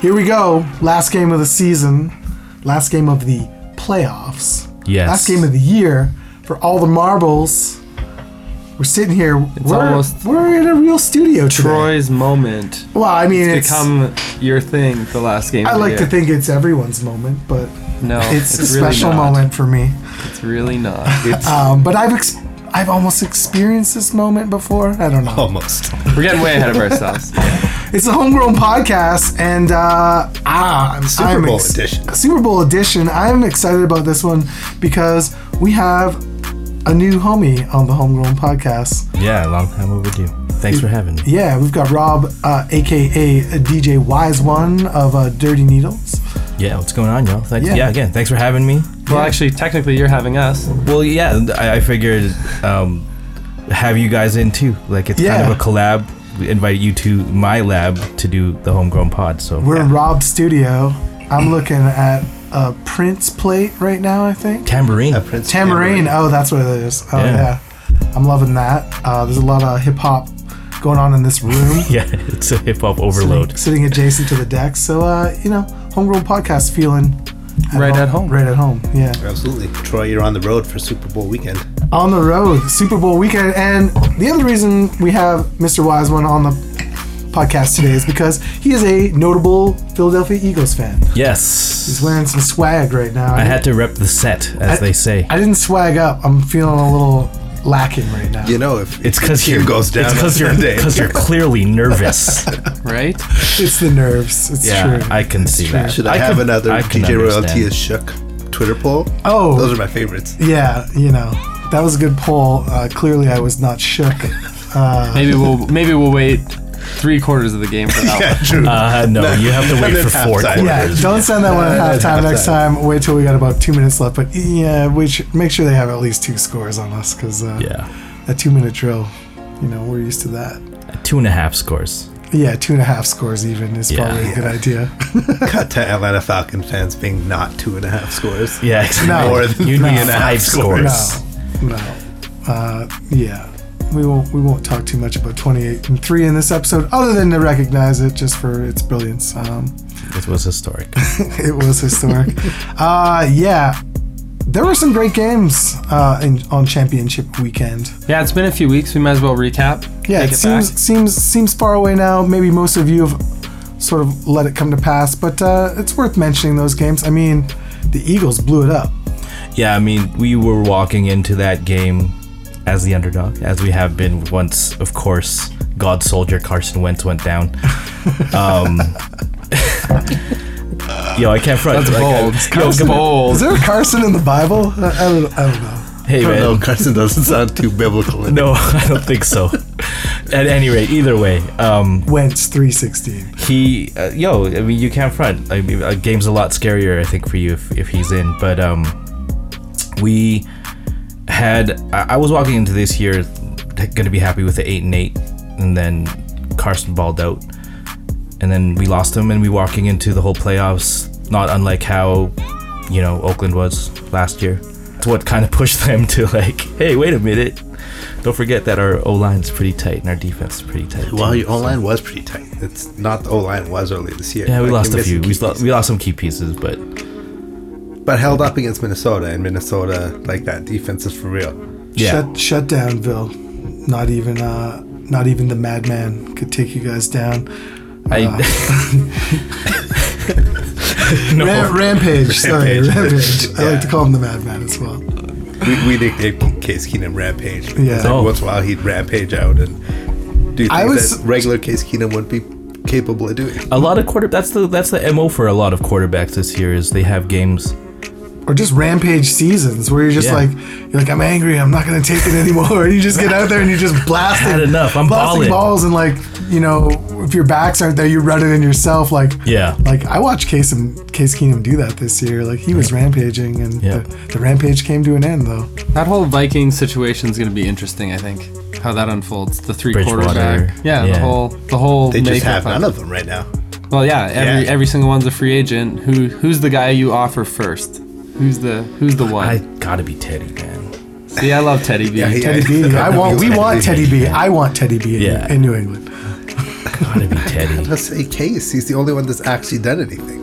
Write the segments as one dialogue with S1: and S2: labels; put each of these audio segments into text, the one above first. S1: Here we go. Last game of the season. Last game of the playoffs.
S2: Yes.
S1: Last game of the year for all the marbles. We're sitting here. we're,
S3: almost-
S1: we're in a real studio. today.
S3: Troy's moment.
S1: Well, I mean, it's.
S3: It's become your thing. The last game.
S1: I
S3: of the
S1: like to
S3: year.
S1: think it's everyone's moment, but
S3: No,
S1: it's, a
S3: really
S1: special
S3: not.
S1: moment for me.
S3: It's really not.
S4: It's
S1: Um, but I've ex- I've almost experienced this moment before. I don't know.
S2: Almost.
S3: We're getting way ahead of ourselves.
S1: It's a homegrown podcast, and uh, ah, I'm
S2: Super
S1: I'm
S2: Bowl edition.
S1: Super Bowl edition. I'm excited about this one because we have a new homie on the homegrown podcast.
S2: Yeah, long time overdue. Thanks for having me.
S1: Yeah, we've got Rob, uh, aka DJ Wise One of uh, Dirty Needles.
S2: Yeah, what's going on, y'all? Thanks.
S1: Yeah.
S2: Yeah. again, thanks for having me.
S3: Well, actually, technically, you're having us.
S2: Well, yeah, I, I figured um, have you guys in too. Like it's kind
S1: Yeah.
S2: of a collab. We invited you to my lab to do the homegrown pod. So
S1: We're in Rob's studio. I'm looking at a Prince plate right now. I think
S2: tambourine.
S4: Prince
S1: Tamarine. Oh, that's what it is. Oh yeah,
S2: Yeah.
S1: I'm loving that. Uh, there's a lot of hip hop going on in this room.
S2: Yeah, it's a hip hop overload.
S1: sitting adjacent to the deck. So uh, you know, homegrown podcast feeling
S3: Right at home.
S1: Right at home. Yeah.
S4: Absolutely. Troy, you're on the road for Super Bowl weekend.
S1: On the road, Super Bowl weekend, and the other reason we have Mr. Wiseman on the podcast today is because he is a notable Philadelphia Eagles fan.
S2: Yes.
S1: He's wearing some swag right now.
S2: I had to rep the set, as they say.
S1: I didn't swag up. I'm feeling a little lacking right now.
S4: You know, if
S2: it's
S4: if
S2: because
S4: the team
S2: you're
S4: goes down,
S2: It's
S4: on
S2: because you're
S4: Sunday,
S2: because you're clearly nervous.
S3: Right?
S1: It's the nerves. It's
S2: yeah,
S1: true.
S2: I can see that.
S4: Should I, have
S2: can-
S4: another
S2: I can
S4: DJ Royalty
S2: understand.
S4: is shook Twitter poll?
S1: Oh.
S4: those are my favorites.
S1: yeah, you know, that was a good poll. Uh, clearly, I was not shook. Uh,
S3: Maybe we'll maybe we'll wait three quarters of the game for that.
S4: Yeah, true.
S2: Uh, no, you have to wait
S4: then
S2: for four
S4: halftime.
S1: Yeah,
S2: quarters.
S1: don't send that one at
S4: Yeah, at
S1: halftime next
S4: halftime.
S1: time. Wait till we got about two minutes left. But yeah, we should make sure they have at least two scores on us because uh,
S2: Yeah,
S1: a two minute drill, you know, we're used to that.
S2: two and a half scores.
S1: Yeah, two and a half scores even is
S2: Yeah.
S1: probably a good idea.
S4: Cut to Atlanta Falcon fans being not two and a half scores.
S2: Yeah,
S1: No.
S4: More than
S2: you
S4: three
S2: need
S4: and a half
S2: five
S4: scores.
S2: scores.
S1: no, no. Uh, yeah, we won't we won't talk too much about 28 and three in this episode, other than to recognize it just for its brilliance. Um,
S2: It was historic.
S1: it was historic. uh, yeah. There were some great games uh, in, on championship weekend.
S3: Yeah, it's been a few weeks. We might as well recap.
S1: Yeah,
S3: take
S1: it seems seems seems far away now. Maybe most of you have sort of let it come to pass, but uh, it's worth mentioning those games. I mean, the Eagles blew it up.
S2: yeah, I mean, we were walking into that game as the underdog, as we have been once, of course. God soldier Carson Wentz went down. Um, yo, I can't front.
S3: That's
S2: like, I-
S3: bold.
S2: yo,
S3: That's
S2: come on.
S3: bold.
S1: Is there a Carson in the Bible? I, I don't, I don't know.
S2: Hey
S4: I don't know.
S2: man,
S4: Carson doesn't sound too biblical.
S2: no, I don't think so. At any rate, either way, um,
S1: Wentz three sixteen.
S2: he uh, yo i mean you can't front i mean a game's a lot scarier i think for you if, if he's in but um we had i, I was walking into this year gonna be happy with the eight and eight and then carson balled out and then we lost him and we walking into the whole playoffs not unlike how you know oakland was last year it's what kind of pushed them to like hey wait a minute don't forget that our O line's pretty tight and our defense is pretty tight. too."
S4: Well, your O line was pretty tight. It's not the O line was earlier this year.
S2: Yeah, we
S4: Like,
S2: lost
S4: you're
S2: a few.
S4: missing
S2: We
S4: key
S2: lost, we lost some key pieces, but
S4: but held up against Minnesota, and Minnesota like that defense is for real.
S2: yeah,
S1: Shut shut down, Bill. Not even uh, not even the madman could take you guys down.
S2: I. no,
S1: Ram- rampage, sorry,
S4: Rampage.
S1: rampage. I like to
S4: Yeah.
S1: call him the madman as well.
S4: We, we nicknamed Case Keenum Rampage. because
S1: Yeah.
S4: every
S2: Oh.
S4: once in a while he'd rampage out and do
S1: I
S4: things
S1: was-
S4: that regular Case Keenum wouldn't be capable of doing.
S2: a lot of quarter. That's the that's the mo for a lot of quarterbacks this year is they have games.
S1: or just rampage seasons where you're just
S2: Yeah.
S1: like you're like I'm angry, I'm not gonna take it anymore. you just get out there and you just blast
S2: had
S1: it,
S2: enough, I'm
S1: blasting
S2: balling.
S1: balls and like you know if your backs aren't there, you run it in yourself. Like
S2: Yeah.
S1: like I watched Case and Case Keenum do that this year. Like he was rampaging and
S2: Yeah.
S1: the, the rampage came to an end though.
S3: That whole Viking situation is going to be interesting. I think how that unfolds. The three
S2: Bridgewater,
S3: quarterback. Yeah, the
S2: yeah.
S3: whole the whole.
S4: They just
S3: makeup
S4: have none
S3: it.
S4: of them right now.
S3: Well, yeah. Every
S4: Yeah.
S3: every single one's a free agent. Who who's the guy you offer first? Who's the who's the one?
S2: I gotta be Teddy, man.
S3: See, I love Teddy B.
S4: Yeah, he-
S1: Teddy B, I want we want Teddy B. I want Teddy B in,
S2: Yeah.
S1: in New England.
S2: Gotta be Teddy.
S4: Let's say Case. He's the only one that's actually done anything.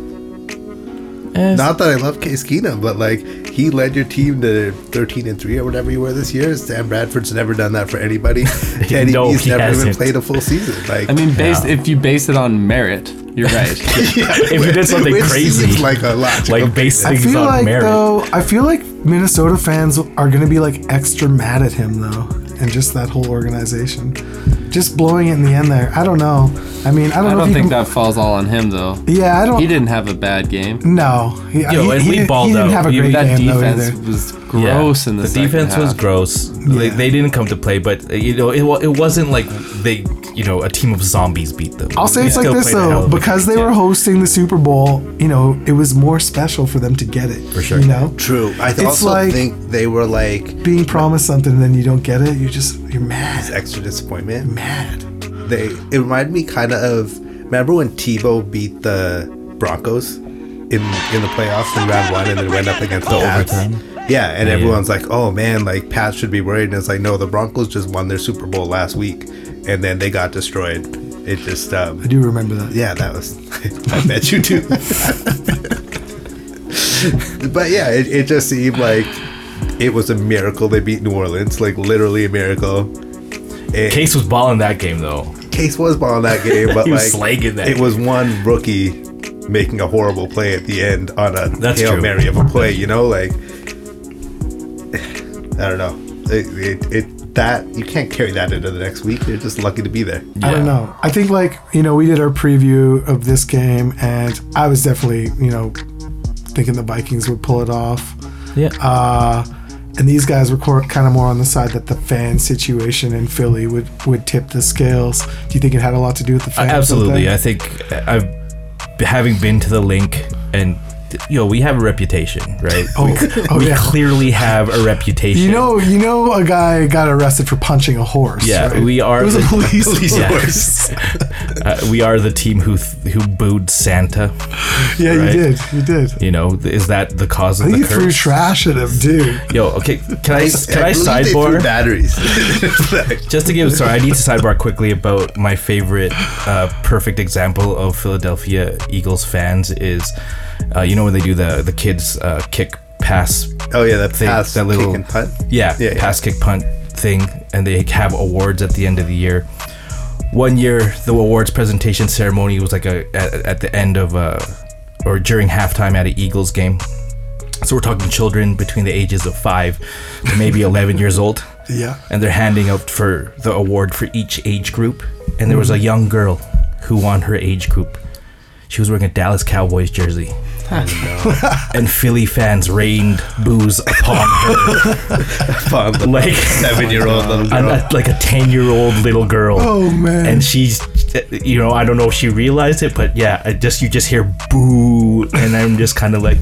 S2: Eh,
S4: Not that I love Case Keenum, but like he led your team to 13 and three or whatever you were this year. Sam Bradford's never done that for anybody. Teddy
S2: No,
S4: B's
S2: he
S4: never even
S2: hasn't.
S4: played a full season. Like
S3: I mean, based
S2: Yeah.
S3: if you base it on merit, you're right.
S2: if you did something
S4: which
S2: crazy,
S4: seems
S2: like,
S4: like a lot. to go-
S2: based
S1: I
S2: things
S1: feel
S2: on
S1: like
S2: merit.
S1: though, I feel like Minnesota fans are gonna be like extra mad at him though, and just that whole organization, just blowing it in the end there. I don't know. I mean, I don't
S3: I
S1: know.
S3: don't
S1: if
S3: think
S1: he can,
S3: that falls all on him though.
S1: Yeah, I don't.
S3: He didn't have a bad game.
S1: No, he,
S2: Yo, and we
S1: didn't-
S2: balled
S1: he didn't
S2: out.
S1: have a
S2: Even
S1: great
S3: That
S1: game though
S3: defense
S1: either.
S3: was gross in the, second
S2: defense was
S3: half.
S2: gross. They,
S1: Yeah.
S2: they didn't come to play, but uh, you know it, wa- it wasn't like they you know a team of zombies beat them.
S1: I'll say
S2: They
S1: it's like
S2: still
S1: this
S2: played a hell
S1: though,
S2: of a
S1: because they
S2: game.
S1: were hosting the Super Bowl. You know, it was more special for them to get it. For
S2: sure.
S1: You know,
S4: True. I
S1: It's
S4: also
S1: like-
S4: think they were like
S1: being promised something and then you don't get it, you're just you're mad,
S4: extra disappointment.
S1: mad.
S4: they it reminded me kind of remember when Tebow beat the Broncos in in the playoffs in round one and then went up against the Pats. Yeah, and everyone's like, "Oh man, like Pats should be worried." And it's like, no, the Broncos just won their Super Bowl last week, and then they got destroyed. It just,
S1: I
S4: um,
S1: do remember that.
S4: yeah, that was. I bet you do. but yeah, it, it just seemed like it was a miracle they beat New Orleans, like literally a miracle. And-
S2: Case was balling that game though.
S4: Case was balling that game, but
S2: He
S4: like
S2: was slanging that
S4: it was one rookie making a horrible play at the end on a
S2: That's
S4: hail
S2: true.
S4: mary of a play. You know, like I don't know. It, it, it that you can't carry that into the next week. You're just lucky to be there.
S1: I
S2: Yeah.
S1: don't know. I think like you know we did our preview of this game, and I was definitely you know thinking the Vikings would pull it off.
S2: Yeah.
S1: Uh, and these guys were kind of more on the side that the fan situation in Philly would would tip the scales. Do you think it had a lot to do with the fans? out
S2: Absolutely.
S1: there?
S2: I think uh, I've having been to the link and you know, we have a reputation, right? we,
S1: Oh, oh
S2: we
S1: yeah.
S2: clearly have a reputation.
S1: You know, you know, a guy got arrested for punching a horse.
S2: Yeah,
S1: right?
S2: we are
S1: It was a
S2: the-
S1: police,
S4: police
S1: horse.
S2: Yes. uh, we are the team who th- who booed Santa.
S1: Yeah,
S2: Right.
S1: you did. You did.
S2: You know, is that the cause of
S1: I think
S2: the
S1: you threw
S2: curse?
S1: trash at him, dude.
S2: Yo, okay, can I can I,
S4: believe they threw
S2: sidebar?
S4: batteries? Like,
S2: Just to give, sorry, I need to sidebar quickly about my favorite uh, perfect example of Philadelphia Eagles fans is, uh, you know, when they do the the kids uh, kick pass
S4: oh yeah, that
S2: thing,
S4: pass,
S2: that little
S4: kick and punt.
S2: yeah,
S4: Yeah, yeah.
S2: pass kick punt thing, and they have awards at the end of the year. One year, the awards presentation ceremony was like a at, at the end of uh or during halftime at an Eagles game. So we're talking children between the ages of five to maybe eleven years old
S1: Yeah.
S2: and they're handing out for the award for each age group. And there was
S4: Mm-hmm.
S2: a young girl who won her age group. She was wearing a Dallas Cowboys jersey. and Philly fans rained booze upon her,
S4: Fun, the
S2: like
S4: seven-year-old little
S2: an-
S4: girl.
S2: like a ten-year-old little girl.
S1: Oh man.
S2: And she's, you know, I don't know if she realized it, but yeah, I just you just hear boo, and I'm just kind of like,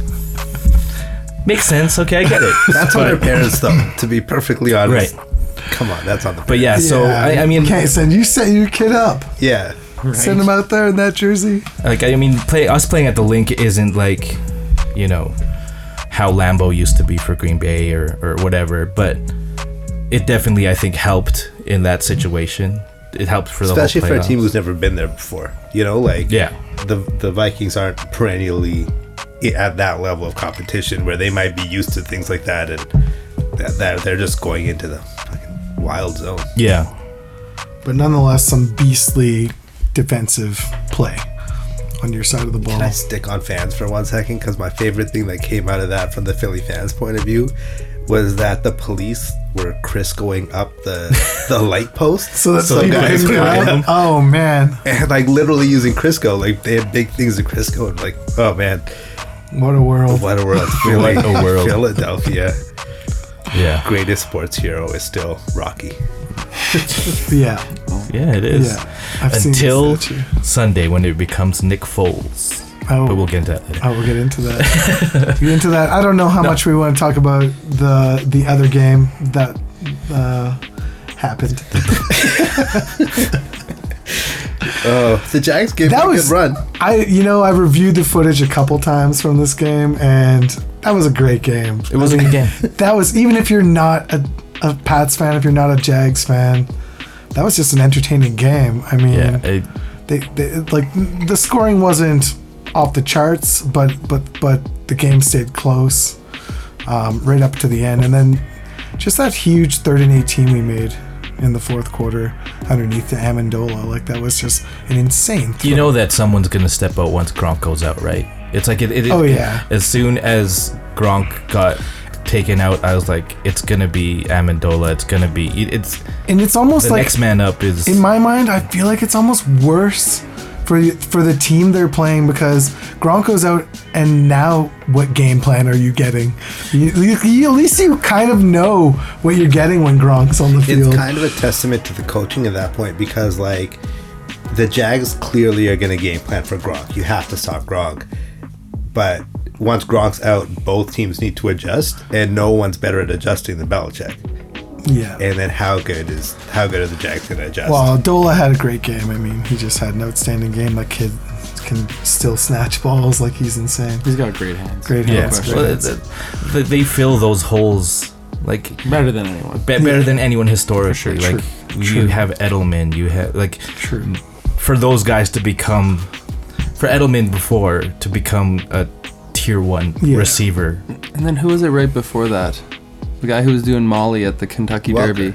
S2: makes sense. Okay, I get it.
S4: That's on
S2: but,
S4: their parents, though. To be perfectly honest,
S2: Right.
S4: Come on, that's on the.
S2: But yeah, so
S1: Yeah,
S2: I, I
S1: you
S2: mean,
S1: can't send you set your kid up,
S4: yeah,
S1: send him out there in that jersey.
S2: Like I mean, play us playing at the link isn't like, you know, how Lambo used to be for Green Bay or or whatever. But it definitely I think helped in that situation. It helped for the
S4: especially
S2: whole
S4: for a team
S2: playoffs.
S4: who's never been there before. You know, like
S2: Yeah.
S4: the the Vikings aren't perennially i- at that level of competition where they might be used to things like that, and that, that they're just going into the fucking wild zone.
S2: Yeah.
S1: But nonetheless, some beastly defensive play on your side of the ball.
S4: Can I stick on fans for one second? Because my favorite thing that came out of that from the Philly fans' point of view was that the police were Chris going up the the light post.
S1: So that's
S4: Some
S1: so
S4: guys
S1: guys
S4: climb
S1: up.
S4: them.
S1: Oh man,
S4: and like literally using Crisco, like they had big things in Crisco, and like, oh man,
S1: what a world!
S4: what a world!
S2: What a world.
S4: Philadelphia,
S2: Yeah.
S4: greatest sports hero is still Rocky.
S1: Yeah,
S2: Yeah, it is.
S1: yeah. I've seen this
S2: Until
S1: statue.
S2: Sunday when it becomes Nick Foles.
S1: Oh.
S2: But we'll get into that later.
S1: Oh, we'll get into that. get into that. I don't know how much we want to talk about the the other game that uh, happened.
S4: Oh, the Jags gave
S1: That
S4: that a
S1: was
S4: good run.
S1: I you know I reviewed the footage a couple times from this game, and that was a great game.
S2: It was a good game.
S1: That was even if you're not a, a Pats fan, if you're not a Jags fan, that was just an entertaining game. I mean,
S2: Yeah. It,
S1: they, they like the scoring wasn't off the charts, but but but the game stayed close um, right up to the end, and then just that huge third and eighteen we made in the fourth quarter underneath the Amendola, like that was just an insane.
S2: You know that someone's gonna step out once Gronk goes out, right? It's like it. it, it
S1: Oh, yeah.
S2: as soon as Gronk got taken out, I was like, it's gonna be Amendola. It's gonna be. It, it's
S1: and it's almost
S2: the
S1: like
S2: next man up is.
S1: in my mind, I feel like it's almost worse for for the team they're playing because Gronko's out, and now what game plan are you getting? You, you- you- at least you kind of know what you're getting when Gronk's on the
S4: It's
S1: field.
S4: kind of a testament to the coaching at that point because like the Jags clearly are going to game plan for Gronk. You have to stop Gronk, but once Gronk's out, both teams need to adjust, and no one's better at adjusting than Belichick.
S1: yeah.
S4: And then how good is how good are the Jags going to adjust?
S1: well, Dola had a great game. I mean, he just had an outstanding game. That kid can still snatch balls like he's insane.
S3: He's got great hands.
S1: Great
S3: No
S1: hands,
S3: question.
S2: well, it- it- they- they fill those holes like
S3: Better than anyone.
S2: be- better than anyone historically.
S1: True,
S2: Like you have Edelman, you have like
S1: True.
S2: for those guys to become for Edelman before to become a tier one
S1: Yeah.
S2: receiver.
S3: And then who was it right before that? The guy who was doing Molly at the Kentucky
S4: Welker.
S3: Derby.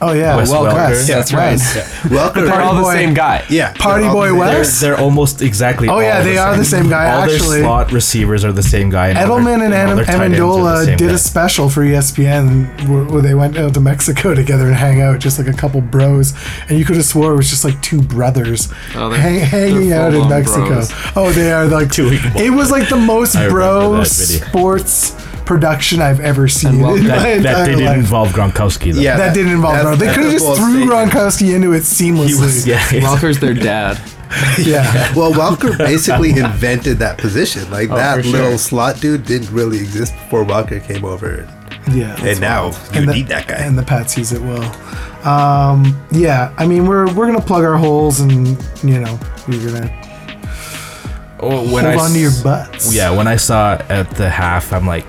S1: Oh yeah,
S2: Wes
S1: Welker.
S2: Welker.
S1: Wes,
S4: Yeah,
S1: that's
S4: right.
S1: right.
S4: Yeah. Welker,
S3: They're all the
S1: boy.
S3: same guy.
S4: yeah,
S1: Party
S4: they're all
S1: boy
S4: the-
S2: They're,
S1: Wes.
S2: they're almost exactly.
S1: Oh, yeah,
S2: all
S1: they are the same guy,
S2: All
S1: actually.
S2: their slot receivers are the same guy. And all their-
S1: Edelman and
S2: all
S1: Adam,
S2: their tight ends are the
S1: Amendola
S2: same
S1: did
S2: guy.
S1: a special for E ESPN where, where they went out to Mexico together and hang out, just like a couple bros. And you could have swore it was just like two brothers
S3: Oh, they're-
S1: hang, hanging
S3: they're
S1: out in
S3: full-on
S1: Mexico.
S3: bros.
S1: Oh, they are like two. It was like the most
S2: I remember
S1: bro
S2: that video.
S1: sports production I've ever seen.
S3: well,
S1: in my
S2: that, that
S1: entire
S2: didn't
S1: life.
S2: involve Gronkowski though.
S4: Yeah,
S1: That didn't involve
S4: That's-
S1: bro. They
S4: that's
S1: could have
S4: a
S1: just
S4: bold
S1: threw
S4: statement.
S1: Gronkowski into it seamlessly.
S2: He was, yeah,
S3: Walker's their dad.
S1: yeah.
S4: Well, Welker basically invented that position. Like that
S3: for
S4: little
S3: sure.
S4: slot dude didn't really exist before Welker came over.
S1: Yeah.
S4: and now you
S1: and the-
S4: need that guy.
S1: And the Pats use it well. Um, yeah, I mean we're we're gonna plug our holes and you know you're gonna
S2: Oh, when
S1: hold
S2: I
S1: on to your
S2: s-
S1: butts.
S2: Yeah, when I saw at the half, I'm like,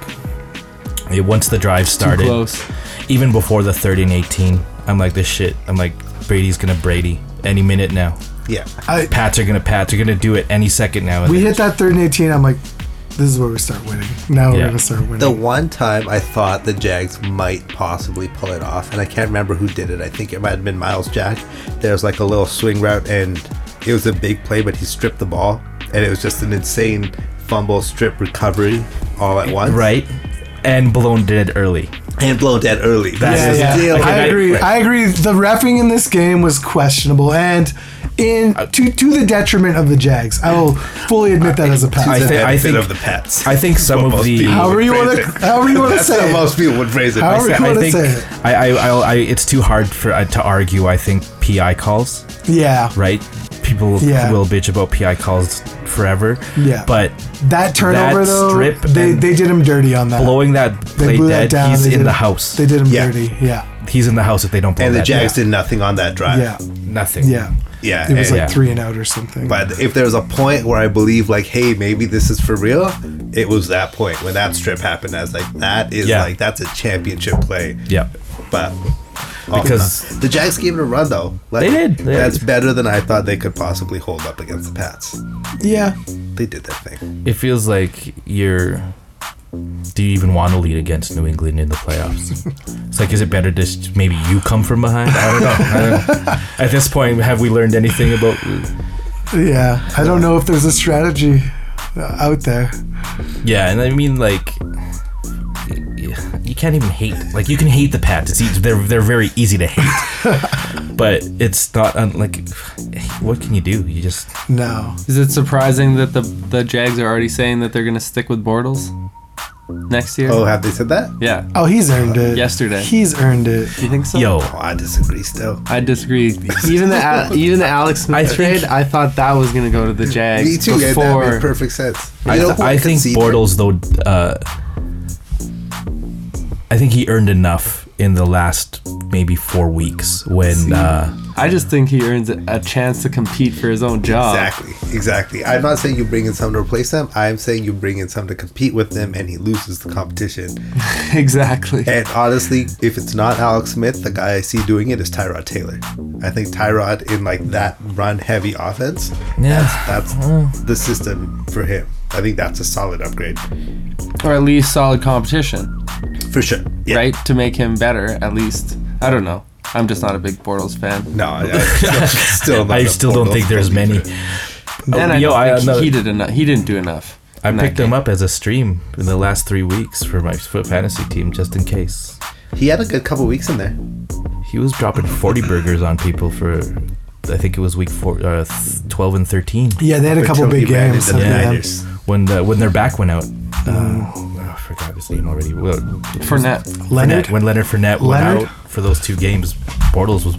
S2: yeah, once the drive
S3: Too
S2: started,
S3: close.
S2: even before the 30 and 18, I'm like, this shit. I'm like, Brady's gonna Brady any minute now.
S4: Yeah,
S1: I,
S2: Pats are gonna Pats are gonna do it any second now.
S1: we hit that third and eighteen. I'm like, this is where we start winning. Now we're
S2: Yeah.
S1: gonna start winning.
S4: the one time I thought the Jags might possibly pull it off, and I can't remember who did it. I think it might have been Miles Jack. There was like a little swing route, and it was a big play, but he stripped the ball, and it was just an insane fumble, strip, recovery, all at once.
S2: right, and blown dead early.
S4: and blown dead early. That
S2: Yeah,
S4: is
S2: yeah.
S4: still-
S2: Okay,
S1: I
S2: that-
S1: agree. I agree. The refing in this game was questionable, and in
S2: Uh,
S1: to to the detriment of the Jags. I will fully admit that as a
S4: To
S1: Pats.
S2: I
S4: the
S2: thi- I
S4: benefit
S2: think-
S4: of the pets.
S2: I think some
S4: What
S2: of
S4: most
S2: the-
S4: people would
S1: However you
S4: phrase
S1: wanna-
S4: it.
S1: however you wanna
S4: That's
S1: say
S4: how
S1: it.
S4: most people would phrase it.
S1: However-
S4: Myself.
S1: Pretty cool
S2: I
S1: to
S2: think
S1: say.
S2: I, I, I'll- I it's too hard for uh, to argue. I think PI calls
S1: yeah,
S2: right. People
S1: Yeah.
S2: will bitch about PI calls forever.
S1: Yeah.
S2: but
S1: that turnover
S2: That
S1: though,
S2: strip
S1: they
S2: and-
S1: they did him dirty on that.
S2: blowing that
S1: they
S2: play dead, he's
S1: they
S2: in
S1: did
S2: the
S1: him-
S2: house.
S1: They did him
S4: Yeah.
S1: dirty. Yeah.
S2: he's in the house if they don't blow
S4: And the
S2: that down.
S4: Jags did nothing on that drive.
S1: Yeah.
S2: nothing.
S1: Yeah.
S4: Yeah,
S1: It was
S4: and-
S1: like three and out or something.
S4: But if there was a point where I believe, like, hey, maybe this is for real, it was that point when that strip happened. I was like, that is
S2: Yeah.
S4: like that's a championship play.
S2: yeah.
S4: But oh,
S2: Because-
S4: no. the Jags gave it a run though. Like,
S2: They did, they
S4: that's
S2: did.
S4: better than I thought they could possibly hold up against the Pats.
S1: yeah.
S4: They did that thing.
S2: It feels like you're. Do you even want to lead against New England in the playoffs? it's like, is it better just maybe you come from behind? I don't know. I don't At this point, have we learned anything about?
S1: Yeah. I don't know if there's a strategy uh, out there.
S2: Yeah, and I mean like. You can't even hate. Like you can hate the Pats. It's easy, they're they're very easy to hate, but it's not un, like. What can you do? You just
S1: No.
S3: Is it surprising that the the Jags are already saying that they're gonna stick with Bortles next year?
S4: Oh, have they said that?
S3: yeah.
S1: Oh, he's earned it.
S3: Yesterday.
S1: He's earned it.
S3: Do you think so?
S2: yo.
S4: Oh, I disagree still.
S3: I disagree. Even the Al- even the Alex Smith
S2: I think-
S3: trade, I thought that was gonna go to the Jags
S4: Me too. yeah,
S3: before.
S4: that made perfect sense. You
S2: I,
S4: know
S2: th-
S4: who
S2: I think
S4: conceded?
S2: Bortles though. Uh, I think he earned enough in the last maybe four weeks when uh,
S3: I just think he earns a chance to compete for his own job.
S4: Exactly, exactly. I'm not saying you bring in some to replace them. I'm saying you bring in some to compete with them, and he loses the competition.
S3: Exactly.
S4: And honestly, if it's not Alex Smith, the guy I see doing it is Tyrod Taylor. I think Tyrod in like that run-heavy offense,
S2: yeah,
S4: that's
S2: Uh-huh.
S4: the system for him. I think that's a solid upgrade
S3: Or at least solid competition,
S4: for sure. Yeah.
S3: right? To make him better, at least. I don't know. I'm just not a big Bortles fan.
S4: No, I, I still, still not
S2: I
S4: a
S2: still don't
S4: Bortles
S2: think there's many.
S4: believer. Oh,
S3: And I
S2: yo,
S3: don't
S2: I-
S3: think
S2: another-
S3: he did enough. He didn't do enough.
S2: I
S3: in that
S2: picked him
S3: game.
S2: up as a stream in the last three weeks for my foot fantasy team just in case.
S4: He had a good couple weeks in there.
S2: He was dropping 40 burgers on people for, I think it was week four, uh, th- 12 and 13
S1: Yeah, they had a couple
S4: Until
S1: big
S4: he ran
S1: games. um,
S4: into the
S1: yeah.
S4: Niners.
S2: when the when their back went out. Uh, I forgot his name already. Well,
S3: Fournette.
S1: Leonard,
S2: Fournette, when Leonard Fournette
S1: Leonard?
S2: went out for those two games, Bortles was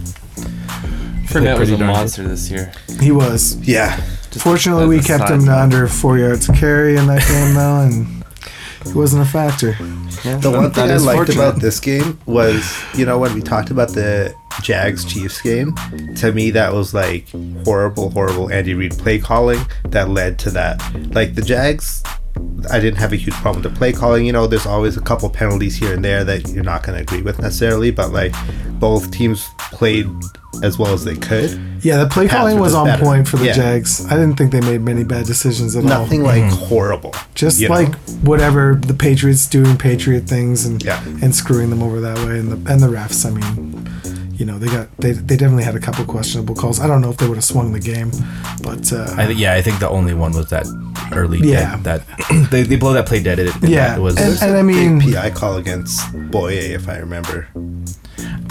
S3: Fournette was
S2: pretty
S3: a
S2: darn good.
S3: monster this year.
S1: he was.
S4: Yeah,
S3: Just
S1: Fortunately,
S3: as
S1: we
S3: a
S1: kept
S3: side
S1: him to
S3: note.
S1: under four yards a carry in that game, though, and he wasn't a factor.
S3: Yeah,
S4: The one
S3: that
S4: thing I
S3: is
S4: liked
S3: fortunate.
S4: about this game was, you know, when we talked about the Jags Chiefs game, to me that was like horrible, horrible Andy Reid play calling that led to that. Like the Jags, I didn't have a huge problem with the play calling. You know, there's always a couple penalties here and there that you're not going to agree with necessarily, but like both teams played as well as they could.
S1: Yeah, the play
S4: Pass
S1: calling was
S4: was just
S1: on
S4: better.
S1: point for the
S4: Yeah.
S1: Jags. I didn't think they made many bad decisions at all.
S4: Nothing like horrible.
S1: Just
S4: you know?
S1: like whatever the Patriots doing Patriot things and
S4: Yeah.
S1: and screwing them over that way, and the and the refs. I mean, you know, they got they, they definitely had a couple questionable calls. I don't know if they would have swung the game, but uh,
S2: I think yeah, I think the only one was that early
S1: Yeah.
S2: dead, that they, they blow that play dead. and
S1: yeah,
S2: that was
S1: and, and I mean,
S4: big PI call against Boye, if I remember.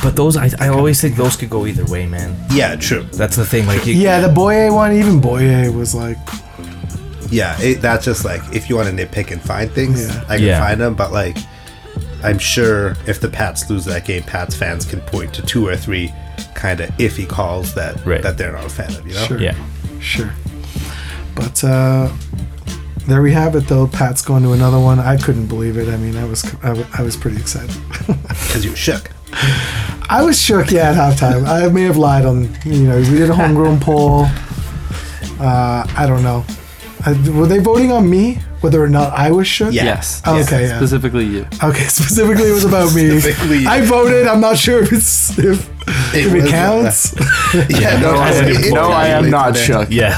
S2: but those I, I always think those could go either way, man.
S4: Yeah, true.
S2: That's the thing. Like you,
S1: yeah, the Boye one, even Boye was like,
S4: yeah it, that's just like if you want to nitpick and find things
S1: Yeah.
S4: i can
S2: Yeah.
S4: find them but like i'm sure if the pats lose that game pats fans can point to two or three kind of iffy calls that
S2: Right.
S4: that they're not a fan of you know
S1: sure,
S2: yeah.
S1: sure. But uh, there we have it, though. Pat's going to another one. I couldn't believe it. I mean, I was I, w- I was pretty excited.
S4: because you shook
S1: I was shook, yeah, at halftime. I may have lied on, you know, we did a homegrown poll. Uh, I don't know. I, were they voting on me, whether or not I was shook?
S4: Yeah.
S3: Yes.
S1: Oh, okay, yeah.
S3: Specifically you.
S1: Okay, specifically it was about me.
S4: Specifically.
S1: I voted. I'm not sure if it's if
S4: It
S1: if it
S4: was- uh,
S1: counts.
S4: yeah no,
S2: I am-
S4: it-
S2: no, I am
S4: today.
S2: Yeah,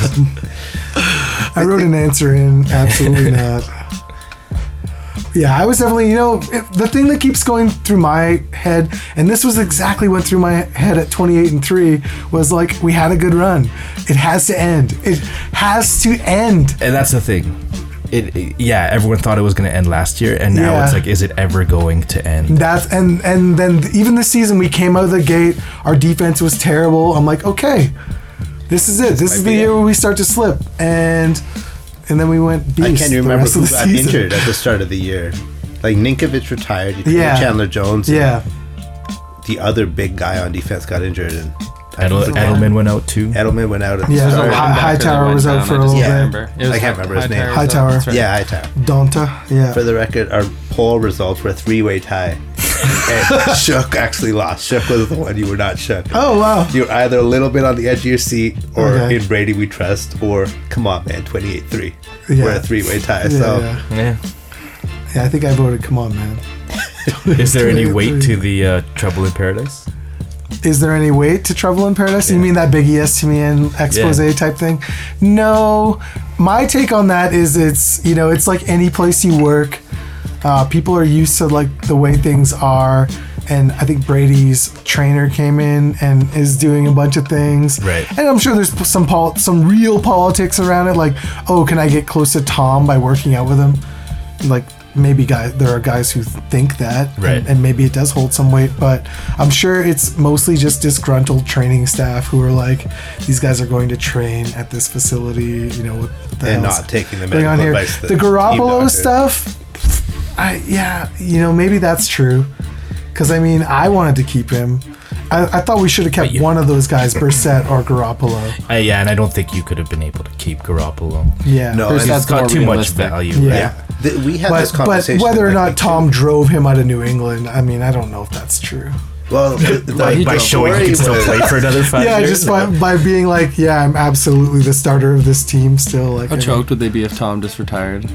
S1: I wrote an answer in. Absolutely not. Yeah, I was definitely, you know, it, the thing that keeps going through my head, and this was exactly what through my head at 28 and 3 was like, we had a good run. It has to end. It has to end.
S2: and that's the thing. It, it- yeah, everyone thought it was gonna end last year, and now
S1: Yeah.
S2: it's like, is it ever going to end?
S1: That's and and then even this season we came out of the gate, our defense was terrible. I'm like, okay, this is it. This, is
S4: might
S1: the
S4: be
S1: year
S4: it.
S1: where we start to slip, and and then we went beast.
S4: i can't
S1: the
S4: remember
S1: rest
S4: who
S1: of the
S4: got
S1: season.
S4: injured at the start of the year like Ninkovich retired you
S1: Yeah.
S4: yeah. chandler jones and
S1: Yeah,
S4: the other big guy on defense got injured and
S2: Edel- Edelman went out too.
S4: edelman went out at the
S1: Yeah.
S4: start.
S1: Hi- Hightower was out for a little
S4: bit.
S3: bit.
S4: I can't remember his name.
S1: Hightower.
S4: yeah i tell
S1: Donta. Yeah,
S4: For the record, our poll results were a three-way tie. and Shook actually lost. Shook was the one you were not shook.
S1: Oh wow!
S4: You're either a little bit on the edge of your seat, or
S1: Okay.
S4: in Brady we trust, or come on, man, twenty-eight-three. We're
S1: Yeah.
S4: a three-way tie.
S1: Yeah,
S4: so
S1: yeah.
S2: Yeah.
S1: yeah, I think I voted. Come on, man.
S2: Is there any weight to the uh, Trouble in Paradise?
S1: Is there any weight to Trouble in Paradise? You mean that Big Yes to Me and expose
S2: Yeah.
S1: type thing? No. My take on that is it's you know it's like any place you work, uh, people are used to like the way things are, and I think Brady's trainer came in and is doing a bunch of things.
S2: Right.
S1: And I'm sure there's some pol- some real politics around it, like oh, can I get close to Tom by working out with him? Like maybe guys, there are guys who think that,
S2: Right.
S1: And, and maybe it does hold some weight, but I'm sure it's mostly just disgruntled training staff who are like, these guys are going to train at this facility, you know, what the
S4: And
S1: hell's
S4: not taking the
S1: going
S4: medical
S1: on here.
S4: advice that
S1: The
S4: the
S1: Garoppolo
S4: team
S1: stuff, I yeah, you know, maybe that's true. Because I mean, I wanted to keep him. I, I thought we should have kept
S2: you-
S1: one of those guys, Brissett or Garoppolo.
S2: Uh, yeah, and I don't think you could have been able to keep Garoppolo.
S1: Yeah,
S4: No,
S1: Brissett-
S2: He's
S3: That's
S2: got
S3: more
S2: too much
S3: realistic.
S2: value.
S1: yeah.
S2: right?
S4: yeah. Th- we had
S1: But,
S4: this
S1: but
S4: conversation.
S1: whether or
S4: like,
S1: not Tom drove him out of New England, I mean, I don't know if that's true.
S4: well, the,
S2: By, by showing he can still play for another five
S1: Yeah,
S2: years.
S1: just by, by being like, yeah, I'm absolutely the starter of this team still. Like,
S3: How
S1: I,
S3: choked would they be if Tom just retired?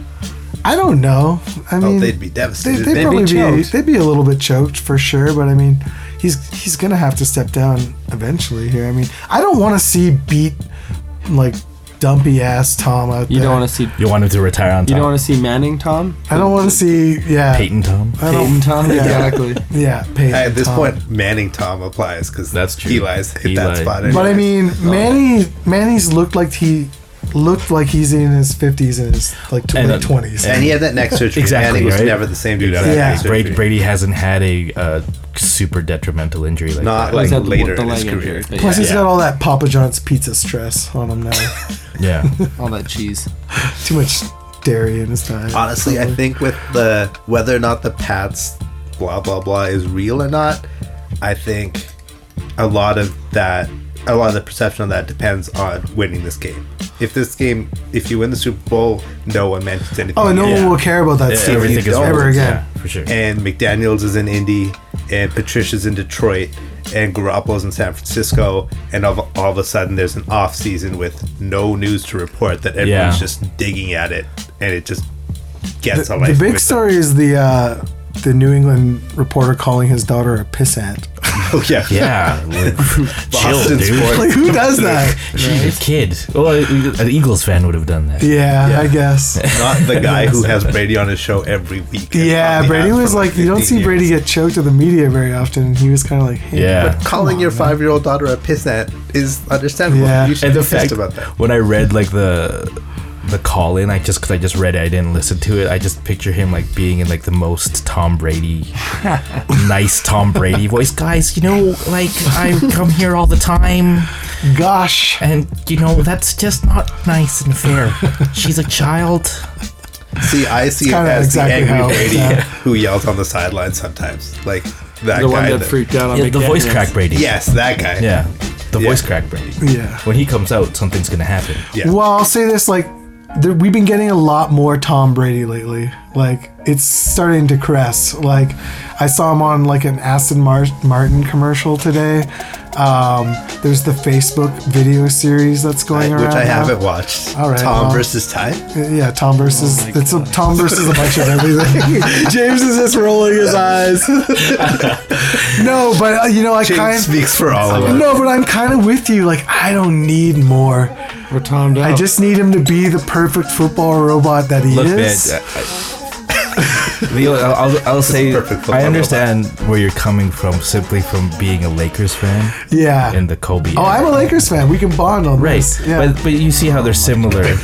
S1: I don't know. I mean,
S4: Oh, they'd be
S1: they,
S4: devastated.
S1: they'd,
S3: be
S1: probably be,
S3: choked.
S1: they'd be a little bit choked for sure. But I mean, he's he's gonna have to step down eventually here. I mean, I don't want to see beat like dumpy ass Tom out
S3: You
S1: there.
S3: don't want to see.
S2: You want him to retire on
S3: You
S2: top.
S3: don't want to see Manning Tom.
S1: I don't want to see yeah
S2: Peyton Tom.
S1: I don't-
S3: Peyton Tom.
S1: Yeah.
S3: Exactly.
S1: Yeah, Peyton.
S4: At this
S1: Tom.
S4: point, Manning Tom applies because
S2: That's true.
S4: Eli's hit that
S2: Eli.
S4: spot.
S1: But I
S4: anyway.
S1: mean, Manny Manny's looked like he looked like he's in his fifties and his like
S2: And, uh,
S1: late twenties.
S4: and he had that neck surgery.
S2: Exactly,
S4: Manning was
S2: right?
S4: never the same dude. after
S1: Yeah.
S4: that neck
S2: Brady,
S4: surgery.
S2: Brady hasn't had a uh, super detrimental injury like
S4: Not
S2: that.
S4: like
S3: He's had the-
S4: later
S3: the
S4: in his
S3: leg injury,
S4: career.
S3: but
S1: Plus, he's
S2: yeah.
S1: got all that Papa John's pizza stress on him now.
S2: yeah.
S3: All that cheese.
S1: Too much dairy in his diet.
S4: Honestly, I think with the whether or not the Pats blah blah blah is real or not, I think a lot of that, a lot of the perception of that depends on winning this game. If this game, if you win the Super Bowl, no one mentions anything.
S1: Oh, no one
S2: Yeah.
S1: will care about that
S2: Yeah,
S1: Steve
S2: everything is
S1: ever
S2: relevant,
S1: again.
S2: yeah, for sure.
S4: and McDaniels is in Indy, and Patricia's in Detroit, and Garoppolo's in San Francisco, and all, all of a sudden there's an off season with no news to report that everyone's
S2: Yeah.
S4: just digging at it, and it just gets a
S1: The
S4: life.
S1: big
S4: with-
S1: story is the uh, the New England reporter calling his daughter a pissant.
S4: Oh, yeah,
S2: Yeah. like, chill,
S4: Boston
S2: dude.
S4: sports.
S1: like, who does that?
S2: She's a kid. Well, an Eagles fan would have done that.
S1: Yeah, I guess.
S4: Not the guy who has Brady on his show every week. and
S1: Yeah,
S4: probably
S1: Brady
S4: has
S1: was
S4: for
S1: like, you don't
S4: 15
S1: see Brady
S4: years.
S1: get choked at the media very often. and He was kind of like, hey,
S2: Yeah.
S4: Calling your five-year-old daughter a pissant is understandable.
S1: Yeah.
S4: You should
S2: and
S4: be
S2: the
S4: pissed
S2: fact
S4: about that.
S2: when I read like the the call in, I just because I just read it, I didn't listen to it. I just picture him like being in like the most Tom Brady, nice Tom Brady voice. Guys, you know, like I come here all the time,
S1: gosh.
S2: and you know that's just not nice and fair. She's a child.
S4: See, I see him
S1: kinda
S4: as
S1: exactly
S4: the angry
S1: how-
S4: Brady
S1: yeah.
S4: who yells on the sideline sometimes, like that
S3: The
S4: guy.
S3: one that
S4: that-
S3: freaked out on
S2: Yeah, the
S3: McDaniels.
S2: voice crack Brady.
S4: Yes, that guy.
S2: yeah, the
S4: Yeah.
S2: voice crack Brady.
S1: Yeah.
S2: When he comes out, something's gonna happen.
S4: Yeah.
S1: Well, I'll say this: like, there, we've been getting a lot more Tom Brady lately. Like, it's starting to crest. Like, I saw him on like an Aston Mar- Martin commercial today. Um, there's the Facebook video series that's going
S4: I-
S1: around,
S4: which I
S1: now.
S4: haven't watched.
S1: All right,
S4: Tom
S1: well.
S4: versus Ty.
S1: Yeah, Tom versus it's a, Tom versus a bunch of everything. James is just rolling his eyes. no, but uh, you know, I
S4: James
S1: kind
S4: speaks for all of us.
S1: no, but I'm kind of with you. Like, I don't need more.
S3: We're Tom
S1: I just need him to be the perfect football robot that he
S2: Look,
S1: is.
S2: man. uh, I, I- Leo, I'll, I'll, I'll say
S4: perfect football
S2: I understand where you're coming from simply from being a Lakers fan
S1: yeah.
S2: and the Kobe.
S1: oh, I'm a
S2: era.
S1: Lakers fan. We can bond on
S2: Right,
S1: this. Yeah.
S2: but but you see how they're similar,
S1: James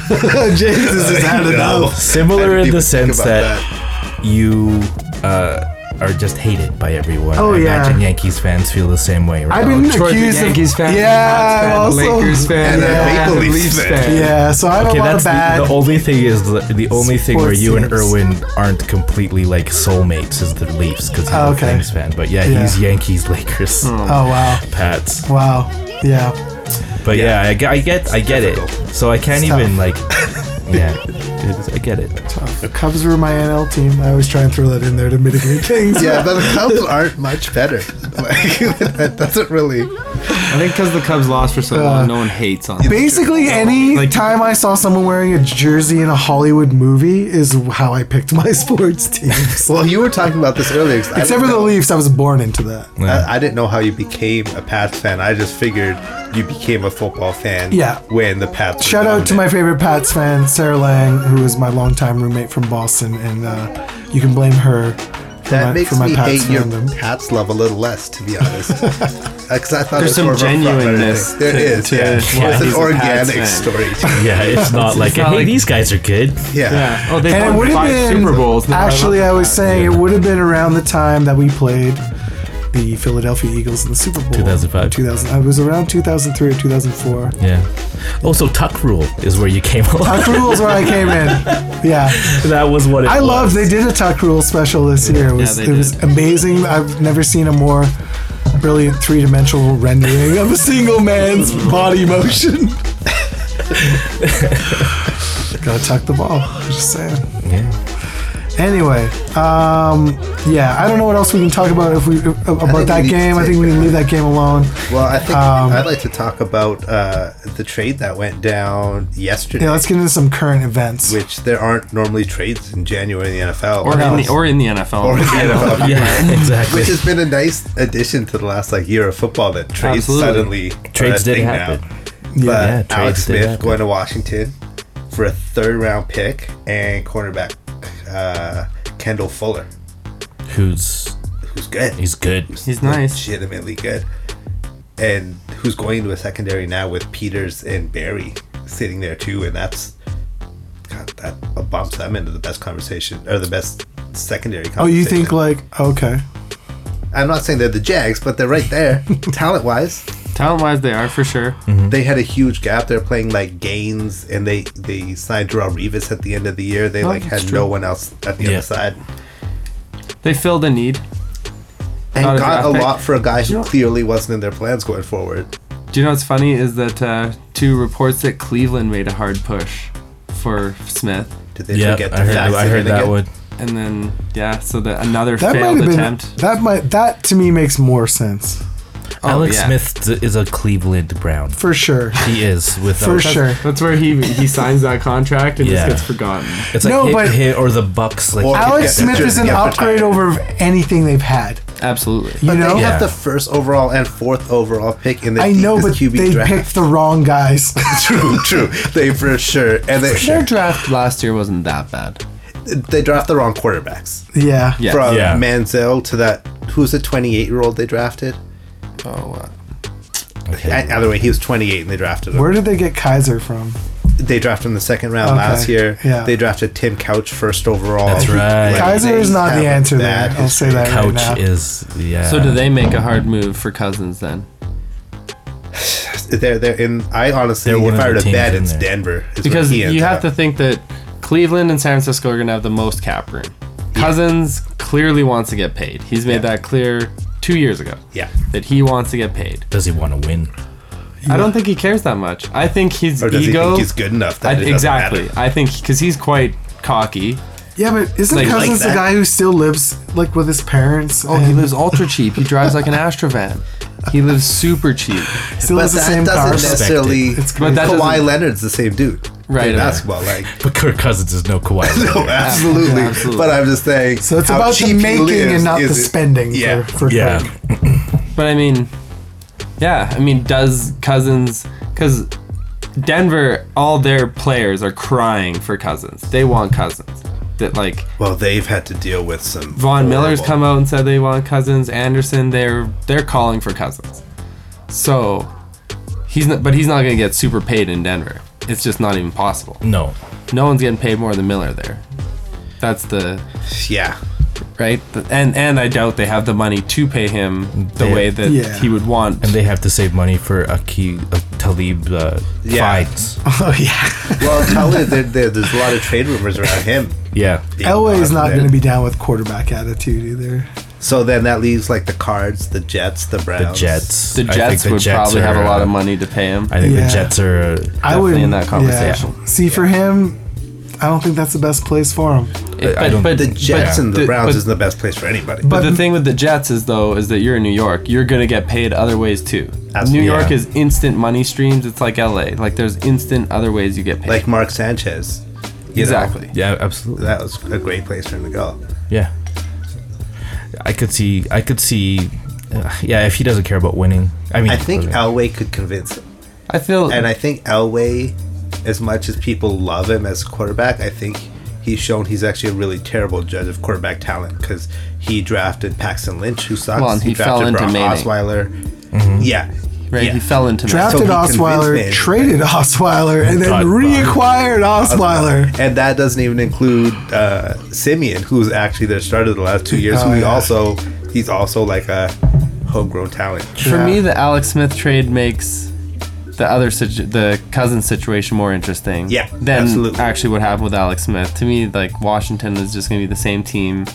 S1: has just had
S4: No.
S1: enough.
S2: similar in
S4: People
S2: the
S4: think
S2: sense
S4: about
S2: that, you uh, are just hated by everyone.
S1: Oh,
S2: I
S1: yeah.
S2: imagine Yankees fans feel the same way. Right?
S1: I've been
S3: Detroit
S1: accused
S3: Oh, Yankees
S1: of
S3: fan,
S1: yeah,
S3: Mets fan,
S1: I'm also,
S3: Lakers fan,
S4: and a
S1: yeah,
S4: Maple Leafs fan.
S1: yeah. So I have
S2: Okay,
S1: a lot of
S2: that's
S1: bad.
S2: the, the only thing is the, the only thing where
S1: Sports
S2: you and
S1: teams.
S2: Irwin aren't completely like soulmates is the Leafs because he's
S1: Oh, okay.
S2: a Flames fan. But yeah,
S1: Yeah.
S2: he's Yankees, Lakers,
S1: oh wow,
S2: Pats.
S1: wow, yeah.
S2: But yeah, I, ge- I get, I get it. So I can't
S1: It's
S2: even like, yeah, it's- I get it.
S1: The Cubs were my NL team. I always try and throw that in there to mitigate things.
S4: Yeah, but the Cubs aren't much better. Like, that doesn't really.
S3: I think because the Cubs lost for so
S1: Uh,
S3: long, no one hates on them.
S1: Basically, any time I saw someone wearing a jersey in a Hollywood movie is how I picked my sports teams.
S4: Well, you were talking about this earlier. 'cause I
S1: Except
S4: didn't
S1: for the
S4: know-
S1: Leafs, I was born into that.
S4: I, I didn't know how you became a Pats fan. I just figured you became a football fan.
S1: Yeah.
S4: When the Pats. were
S1: Shout out to
S4: dominant.
S1: my favorite Pats fan, Sarah Lang, who is my longtime roommate from Boston, and uh, you can blame her for
S4: That
S1: my,
S4: makes
S1: uh, for my
S4: me
S1: Pats
S4: hate your
S1: fandom.
S4: Pats love a little less, to be honest. Because I thought
S3: There's
S4: it
S3: some
S4: was more of a front runner
S3: genuineness
S4: thing. There
S3: to-
S4: is.
S3: to-
S4: yeah.
S3: yeah,
S4: it's an
S3: he's a Pats
S4: organic
S3: fan.
S4: story. to-
S2: Yeah, it's not like,
S3: not
S2: hey,
S3: like-
S2: these guys are good.
S4: Yeah.
S3: Yeah. Oh, they
S1: And it
S3: won
S1: would have
S3: five
S1: been
S3: Super Bowls. They're
S1: Actually, I
S3: not-
S1: was saying it would have been around the time that we played the Philadelphia Eagles in the Super Bowl.
S2: 2005.
S1: 2000. It was around 2003 or 2004.
S2: Yeah. Oh, so Tuck Rule is where you came along.
S1: Tuck rules where I came in. Yeah,
S2: that was what it
S1: I
S2: was.
S1: love. They did a tuck rule special this year. It was
S3: they
S1: it was
S3: did.
S1: amazing. I've never seen a more brilliant three dimensional rendering of a single man's body motion. Gotta tuck the ball. I'm just saying.
S2: Yeah.
S1: Anyway, um, yeah, I don't know what else we can talk about if we if-
S4: we
S1: about that
S4: need to
S1: game. I
S4: take
S1: think we
S4: a-
S1: can leave that game alone.
S4: Well, I think
S1: Um,
S4: I'd like to talk about uh, the trade that went down yesterday,
S1: Yeah, let's get into some current events.
S4: which there aren't normally trades in January in the NFL.
S3: Or in the or in the NFL.
S4: Or in the NFL.
S2: yeah, exactly.
S4: Which has been a nice addition to the last like year of football that trades
S3: Absolutely.
S4: suddenly
S2: Trades
S4: are a
S2: did
S4: thing
S2: happen.
S4: now.
S2: Yeah,
S4: But
S2: trades
S4: Alex
S2: did
S4: Smith
S2: happen.
S4: going to Washington for a third round pick and cornerback uh, Kendall Fuller,
S2: Who's
S4: who's good.
S2: he's good.
S3: He's nice.
S4: legitimately good. And who's going to a secondary now with Peters and Barry sitting there too, and that's God, that bumps them into the best conversation or the best secondary. Conversation.
S1: Oh, you think like okay?
S4: I'm not saying they're the Jags, but they're right there, talent wise.
S3: Talent wise, they are for sure.
S1: Mm.
S4: They had a huge gap. They're playing like Gaines, and they they signed Darrell Revis at the end of the year. They
S3: Oh,
S4: like had
S3: that's
S4: no
S3: true.
S4: one else at the
S2: Yeah.
S4: other side,
S3: They filled a need.
S4: and
S3: Not a
S4: got
S3: draft
S4: a
S3: pick.
S4: lot for a guy who clearly wasn't in their plans going forward.
S3: Do you know what's funny is that uh, two reports that Cleveland made a hard push for Smith,
S4: Did they
S2: Yeah,
S4: forget
S2: I heard. I heard that one.
S3: and then yeah, so the another
S1: That might
S3: failed
S1: have been
S3: attempt.
S1: that might that to me makes more sense Oh,
S2: Alex
S3: yeah.
S2: Smith d- is a Cleveland Brown.
S1: for sure.
S2: He is with
S1: For sure.
S3: That's where he he signs that contract and just
S2: Yeah.
S3: gets forgotten.
S2: It's like
S1: No,
S2: hit,
S1: but-
S2: hit or the Bucks. Like
S4: Or-
S1: Alex
S4: Yeah,
S1: Smith
S4: yeah,
S1: is an
S4: yeah,
S1: upgrade
S4: yeah.
S1: over anything they've had.
S3: Absolutely.
S1: You
S4: But
S1: know,
S4: they
S2: Yeah.
S4: have the first overall and fourth overall pick in the
S1: I know, but
S4: deepest QB
S1: they
S4: draft.
S1: picked the wrong guys.
S4: true, true. They for sure, and they
S3: Their draft last year wasn't that bad.
S4: they draft the wrong quarterbacks
S1: yeah,
S3: Yeah.
S4: from
S2: Yeah.
S4: Manziel to that. Who's the 28 year old they drafted?
S3: Oh, uh,
S4: A- Either way, he was 28 and they drafted him.
S1: Where did they get Kaiser from?
S4: They drafted him in the second round
S1: Okay,
S4: last year.
S1: yeah.
S4: They drafted Tim Couch first overall.
S2: That's right.
S1: Kaiser
S4: they
S1: is not
S4: have
S1: the answer there.
S4: that
S1: I'll say that right
S2: Couch
S1: now.
S2: is yeah.
S3: so do they make a hard move for Cousins then?
S4: They're they're in. I honestly,
S2: They're one
S4: if
S2: of
S4: I
S2: the
S4: were to
S2: teams
S4: bet,
S2: in
S4: it's
S2: there.
S4: Denver. is where
S3: Because
S4: he ends
S3: you have
S4: up.
S3: to think that Cleveland and San Francisco are going to have the most cap room. Cousins clearly wants to get paid. He's made that clear two years ago
S4: Yeah.
S3: that he wants to get paid.
S2: Does he want to win?
S3: I don't think he cares that much. I think his
S4: Or does he
S3: ego.
S4: think he's good enough?
S3: I-
S4: That it doesn't
S3: exactly.
S4: matter?
S3: I think because he's quite cocky.
S1: Yeah, but isn't
S3: Like-
S1: Cousins
S4: like
S1: the
S4: that?
S1: guy who still lives like with his parents?
S3: Oh, he lives ultra cheap. He drives like an Astrovan. He lives super cheap.
S1: still
S4: But
S1: has the
S4: that
S1: same car.
S4: doesn't necessarily.
S1: It's
S3: But that
S4: Kawhi
S3: doesn't-
S4: Leonard's the same dude.
S3: Right,
S4: In
S3: right.
S4: basketball, like
S2: But Kirk Cousins is no Kawhi.
S4: no,
S2: Leonard.
S4: absolutely.
S3: Yeah, absolutely.
S4: But I'm just saying.
S1: So it's
S4: how
S1: about the
S4: cheap he
S1: making
S4: lives
S1: and not the
S4: is it-
S1: spending
S4: Yeah.
S1: for, for
S2: yeah.
S1: Kirk.
S3: But I mean, yeah, I mean, does Cousins because Denver, all their players are crying for Cousins. They want Cousins. That like
S4: Well, they've had to deal with some.
S3: Von Miller's
S4: horrible-
S3: come out and said they want Cousins. Anderson, they're they're calling for Cousins. So he's not, but he's not gonna get super paid in Denver. It's just not even possible.
S2: No.
S3: No one's getting paid more than Miller there. That's the
S4: Yeah.
S3: right, and and I doubt they have the money to pay him the
S2: They-
S3: way that
S1: Yeah.
S3: he would want.
S2: And they have to save money for a key a Talib uh,
S4: Yeah.
S2: fines.
S1: Oh yeah,
S4: Well, Tyler, there, there, there's a lot of trade rumors around him.
S2: Yeah.
S1: Elway is not
S4: there.
S1: going to be down with quarterback attitude either.
S4: So then that leaves like the Cards, the Jets, the
S2: The
S4: Browns,
S2: Jets.
S3: the
S2: I think
S3: Jets
S2: the
S3: would probably have
S2: are,
S3: a lot of
S2: uh,
S3: money to pay him.
S2: I think
S1: Yeah.
S2: the Jets are. uh,
S1: I
S3: Definitely
S1: would
S3: in that conversation.
S1: See, for him, I don't think that's the best place for him.
S3: It-
S2: I don't-
S4: The Jets and the
S3: but-
S4: Browns
S3: but-
S4: isn't the best place for anybody.
S3: But
S1: But-
S3: the thing with the Jets is though is that you're in New York, you're gonna get paid other ways too.
S4: Absolutely.
S3: New York
S2: Yeah.
S3: is instant money streams. It's like LA. Like there's instant other ways you get paid.
S4: like Mark Sanchez, you know,
S3: exactly.
S2: Yeah, absolutely.
S4: that was a great place for him to go.
S2: Yeah. I could see. I could see. Uh, yeah, if he doesn't care about winning, I mean,
S4: I think
S2: okay.
S4: Elway could convince him,
S3: I feel
S4: and I think Elway, as much as people love him as a quarterback, I think he's shown he's actually a really terrible judge of quarterback talent because he drafted Paxton Lynch, who sucks.
S3: Well, and he fell
S4: drafted
S3: into
S4: Brock
S3: Manning. Mm-hmm.
S4: Osweiler. Yeah,
S3: right.
S4: yeah.
S3: He fell into
S4: Draft-
S1: Drafted
S4: he convinced
S1: Osweiler,
S4: me.
S1: traded Osweiler, and then
S2: God, Bob.
S1: reacquired Osweiler.
S4: And that doesn't even include uh, Simeon, who's actually their starter the last two years.
S1: Oh,
S4: who he
S1: yeah.
S4: also he's also like a homegrown talent.
S3: For
S1: Yeah.
S3: me, the Alex Smith trade makes the other situ- the cousin situation more interesting.
S4: Yeah,
S3: Than
S4: absolutely.
S3: actually what happened with Alex Smith. To me, like Washington is just gonna be the same team.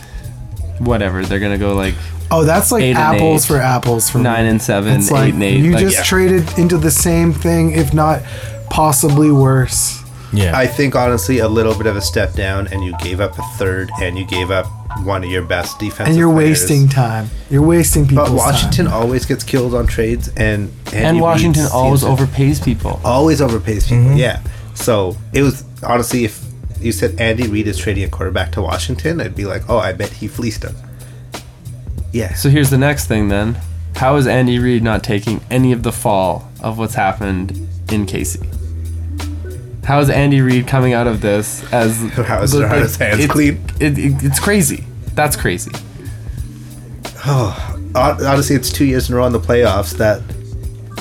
S3: Whatever. They're gonna go like
S1: Oh, that's like
S3: Eight and
S1: apples
S3: eight.
S1: for apples for me.
S3: nine and seven,
S1: It's
S3: eight
S1: like
S3: and eight.
S1: you
S3: like,
S1: just
S4: yeah.
S1: traded into the same thing, if not possibly worse.
S2: Yeah.
S4: I think honestly, a little bit of a step down, and you gave up a third, and you gave up one of your best defensive.
S1: and you're
S4: players.
S1: wasting time. You're wasting people's
S4: But Washington
S1: time.
S4: always gets killed on trades, and Andy
S3: And
S4: Reid
S3: Washington
S4: seems
S3: always
S4: to-
S3: overpays people.
S4: always overpays people.
S1: Mm-hmm.
S4: Yeah. So it was honestly, if you said Andy Reid is trading a quarterback to Washington, I'd be like, oh, I bet he fleeced him. Yeah.
S3: So here's the next thing then. How is Andy Reid not taking any of the fall of what's happened in Casey? How is Andy Reid coming out of this as
S4: How is- how is hands
S3: it's-
S4: clean?
S3: It, it, it's crazy. That's crazy.
S4: Hon- honestly, it's two years in a row in the playoffs that,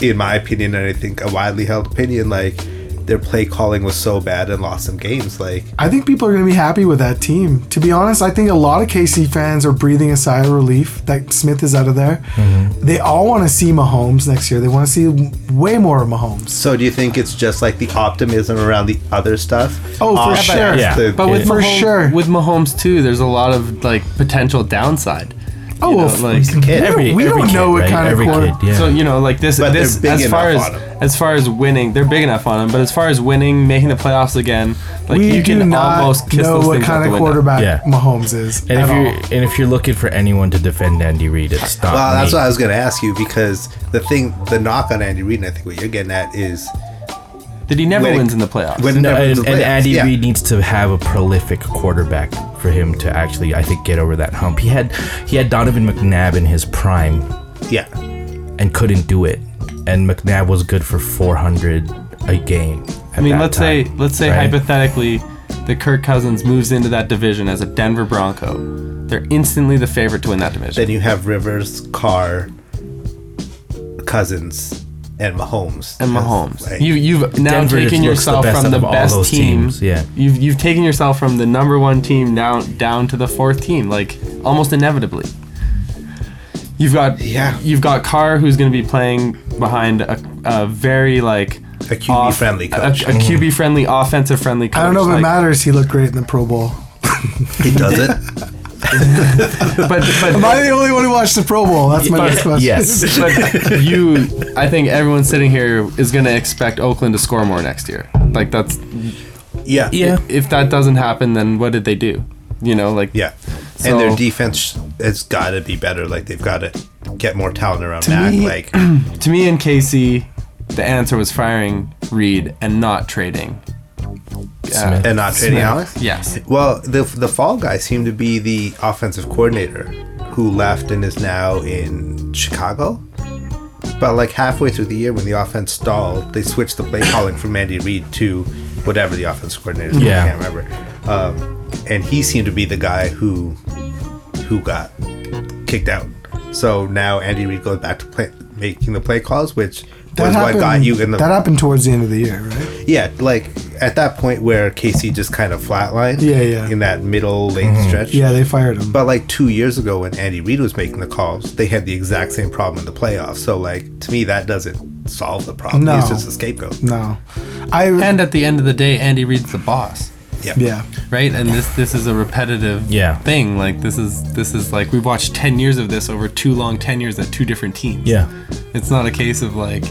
S4: in my opinion, and I think a widely held opinion, like their play calling was so bad and lost some games. Like,
S1: I think people are going to be happy with that team. To be honest, I think a lot of KC fans are breathing a sigh of relief that Smith is out of there.
S3: Mm-hmm.
S1: They all want to see Mahomes next year. They want to see way more of Mahomes.
S4: so do you think it's just like the optimism around the other stuff?
S1: Oh, for
S4: Off-
S1: sure.
S2: Yeah.
S4: the-
S3: But with
S1: For
S3: Mahomes,
S1: sure.
S3: with Mahomes too, there's a lot of like potential downside.
S1: Oh,
S3: You
S1: well,
S3: know, like-
S1: we don't- we don't know what kind
S2: every
S1: of quarter.
S2: kid, yeah.
S3: So you know, like this,
S4: But they're
S3: this
S4: big
S3: as far
S4: enough
S3: as
S4: on 'em.
S3: as far as winning, they're big enough on him. But as far as winning, making the playoffs again, like
S1: we
S3: you
S1: do
S3: can
S1: not
S3: almost kiss
S1: know
S3: those
S1: what
S3: things out
S1: kind
S3: the
S1: of
S3: window.
S1: quarterback
S2: Yeah.
S1: Mahomes is.
S2: and if
S1: at
S2: you're
S1: all.
S2: and if you're looking for anyone to defend Andy Reid, it's not
S4: Well, that's
S2: me.
S4: what I was going to ask you because the thing, the knock on Andy Reid, and I think what you're getting at is
S3: That he never
S4: When it-
S3: wins in the playoffs.
S4: when
S2: No,
S4: never
S2: and,
S4: the
S2: and
S4: playoffs.
S2: Andy
S4: Yeah.
S2: Reid needs to have a prolific quarterback for him to actually, I think, get over that hump. He had he had Donovan McNabb in his prime
S4: Yeah.
S2: and couldn't do it, and McNabb was good for 400 a game.
S3: I mean, let's say let's say
S2: right?
S3: hypothetically, the Kirk Cousins moves into that division as a Denver Bronco. They're instantly the favorite to win that division.
S4: Then you have Rivers, Carr, Cousins, and Mahomes.
S3: and Mahomes,
S4: Like,
S3: you you've now
S2: Denver
S3: taken
S2: looks the
S3: yourself
S2: best
S3: from
S2: out
S3: the
S2: of all
S3: best
S2: those
S3: team.
S2: teams, yeah.
S3: You've you've taken yourself from the number one team down down to the fourth team, like almost inevitably. You've got
S4: Yeah.
S3: You've got Carr, who's going to be playing behind a, a very like
S4: A QB-friendly coach.
S3: a, QB friendly, offensive friendly. coach.
S1: I don't know if it
S3: like-
S1: matters. He looked great in the Pro Bowl.
S4: he does it.
S3: But but
S1: Am I the only one who watched the Pro Bowl? That's my next question.
S2: yes.
S3: but you, I think everyone sitting here is going to expect Oakland to score more next year. Like that's
S4: Yeah.
S2: Yeah.
S3: if that doesn't happen, then what did they do? You know, like
S4: Yeah. and their
S3: So-
S4: defense has got to be better. Like, they've got to get more talent around
S3: To
S4: Mac.
S3: me-
S4: like,
S3: To me and Casey, the answer was firing Reed and not trading. Yeah.
S2: Smith.
S4: and not trading Alex?
S3: Yes.
S4: Well, the, the fall guy seemed to be the offensive coordinator who left and is now in Chicago. But like halfway through the year, when the offense stalled, they switched the play calling from Andy Reid to whatever the offensive coordinator. is.
S2: Yeah.
S4: I can't remember. Um, and he seemed to be the guy who who got kicked out. So now Andy Reid goes back to play, making the play calls, which
S1: That
S4: was what
S1: happened,
S4: got you in the
S1: that happened towards the end of the year, right?
S4: yeah, like at that point where Casey just kind of flatlined.
S1: Yeah, yeah.
S4: In that middle late stretch.
S1: Yeah, they fired him.
S4: But like two years ago when Andy Reid was making the calls, they had the exact same problem in the playoffs. So like to me that doesn't solve the problem.
S1: No.
S4: He's just a scapegoat.
S1: no, I
S3: And at the end of the day, Andy Reid's the boss,
S4: Yeah.
S1: yeah.
S3: right? And this this is a repetitive
S2: Yeah.
S3: thing. Like this is this is like we've watched ten years of this over two long tenures at two different teams.
S2: Yeah.
S3: It's not a case of like,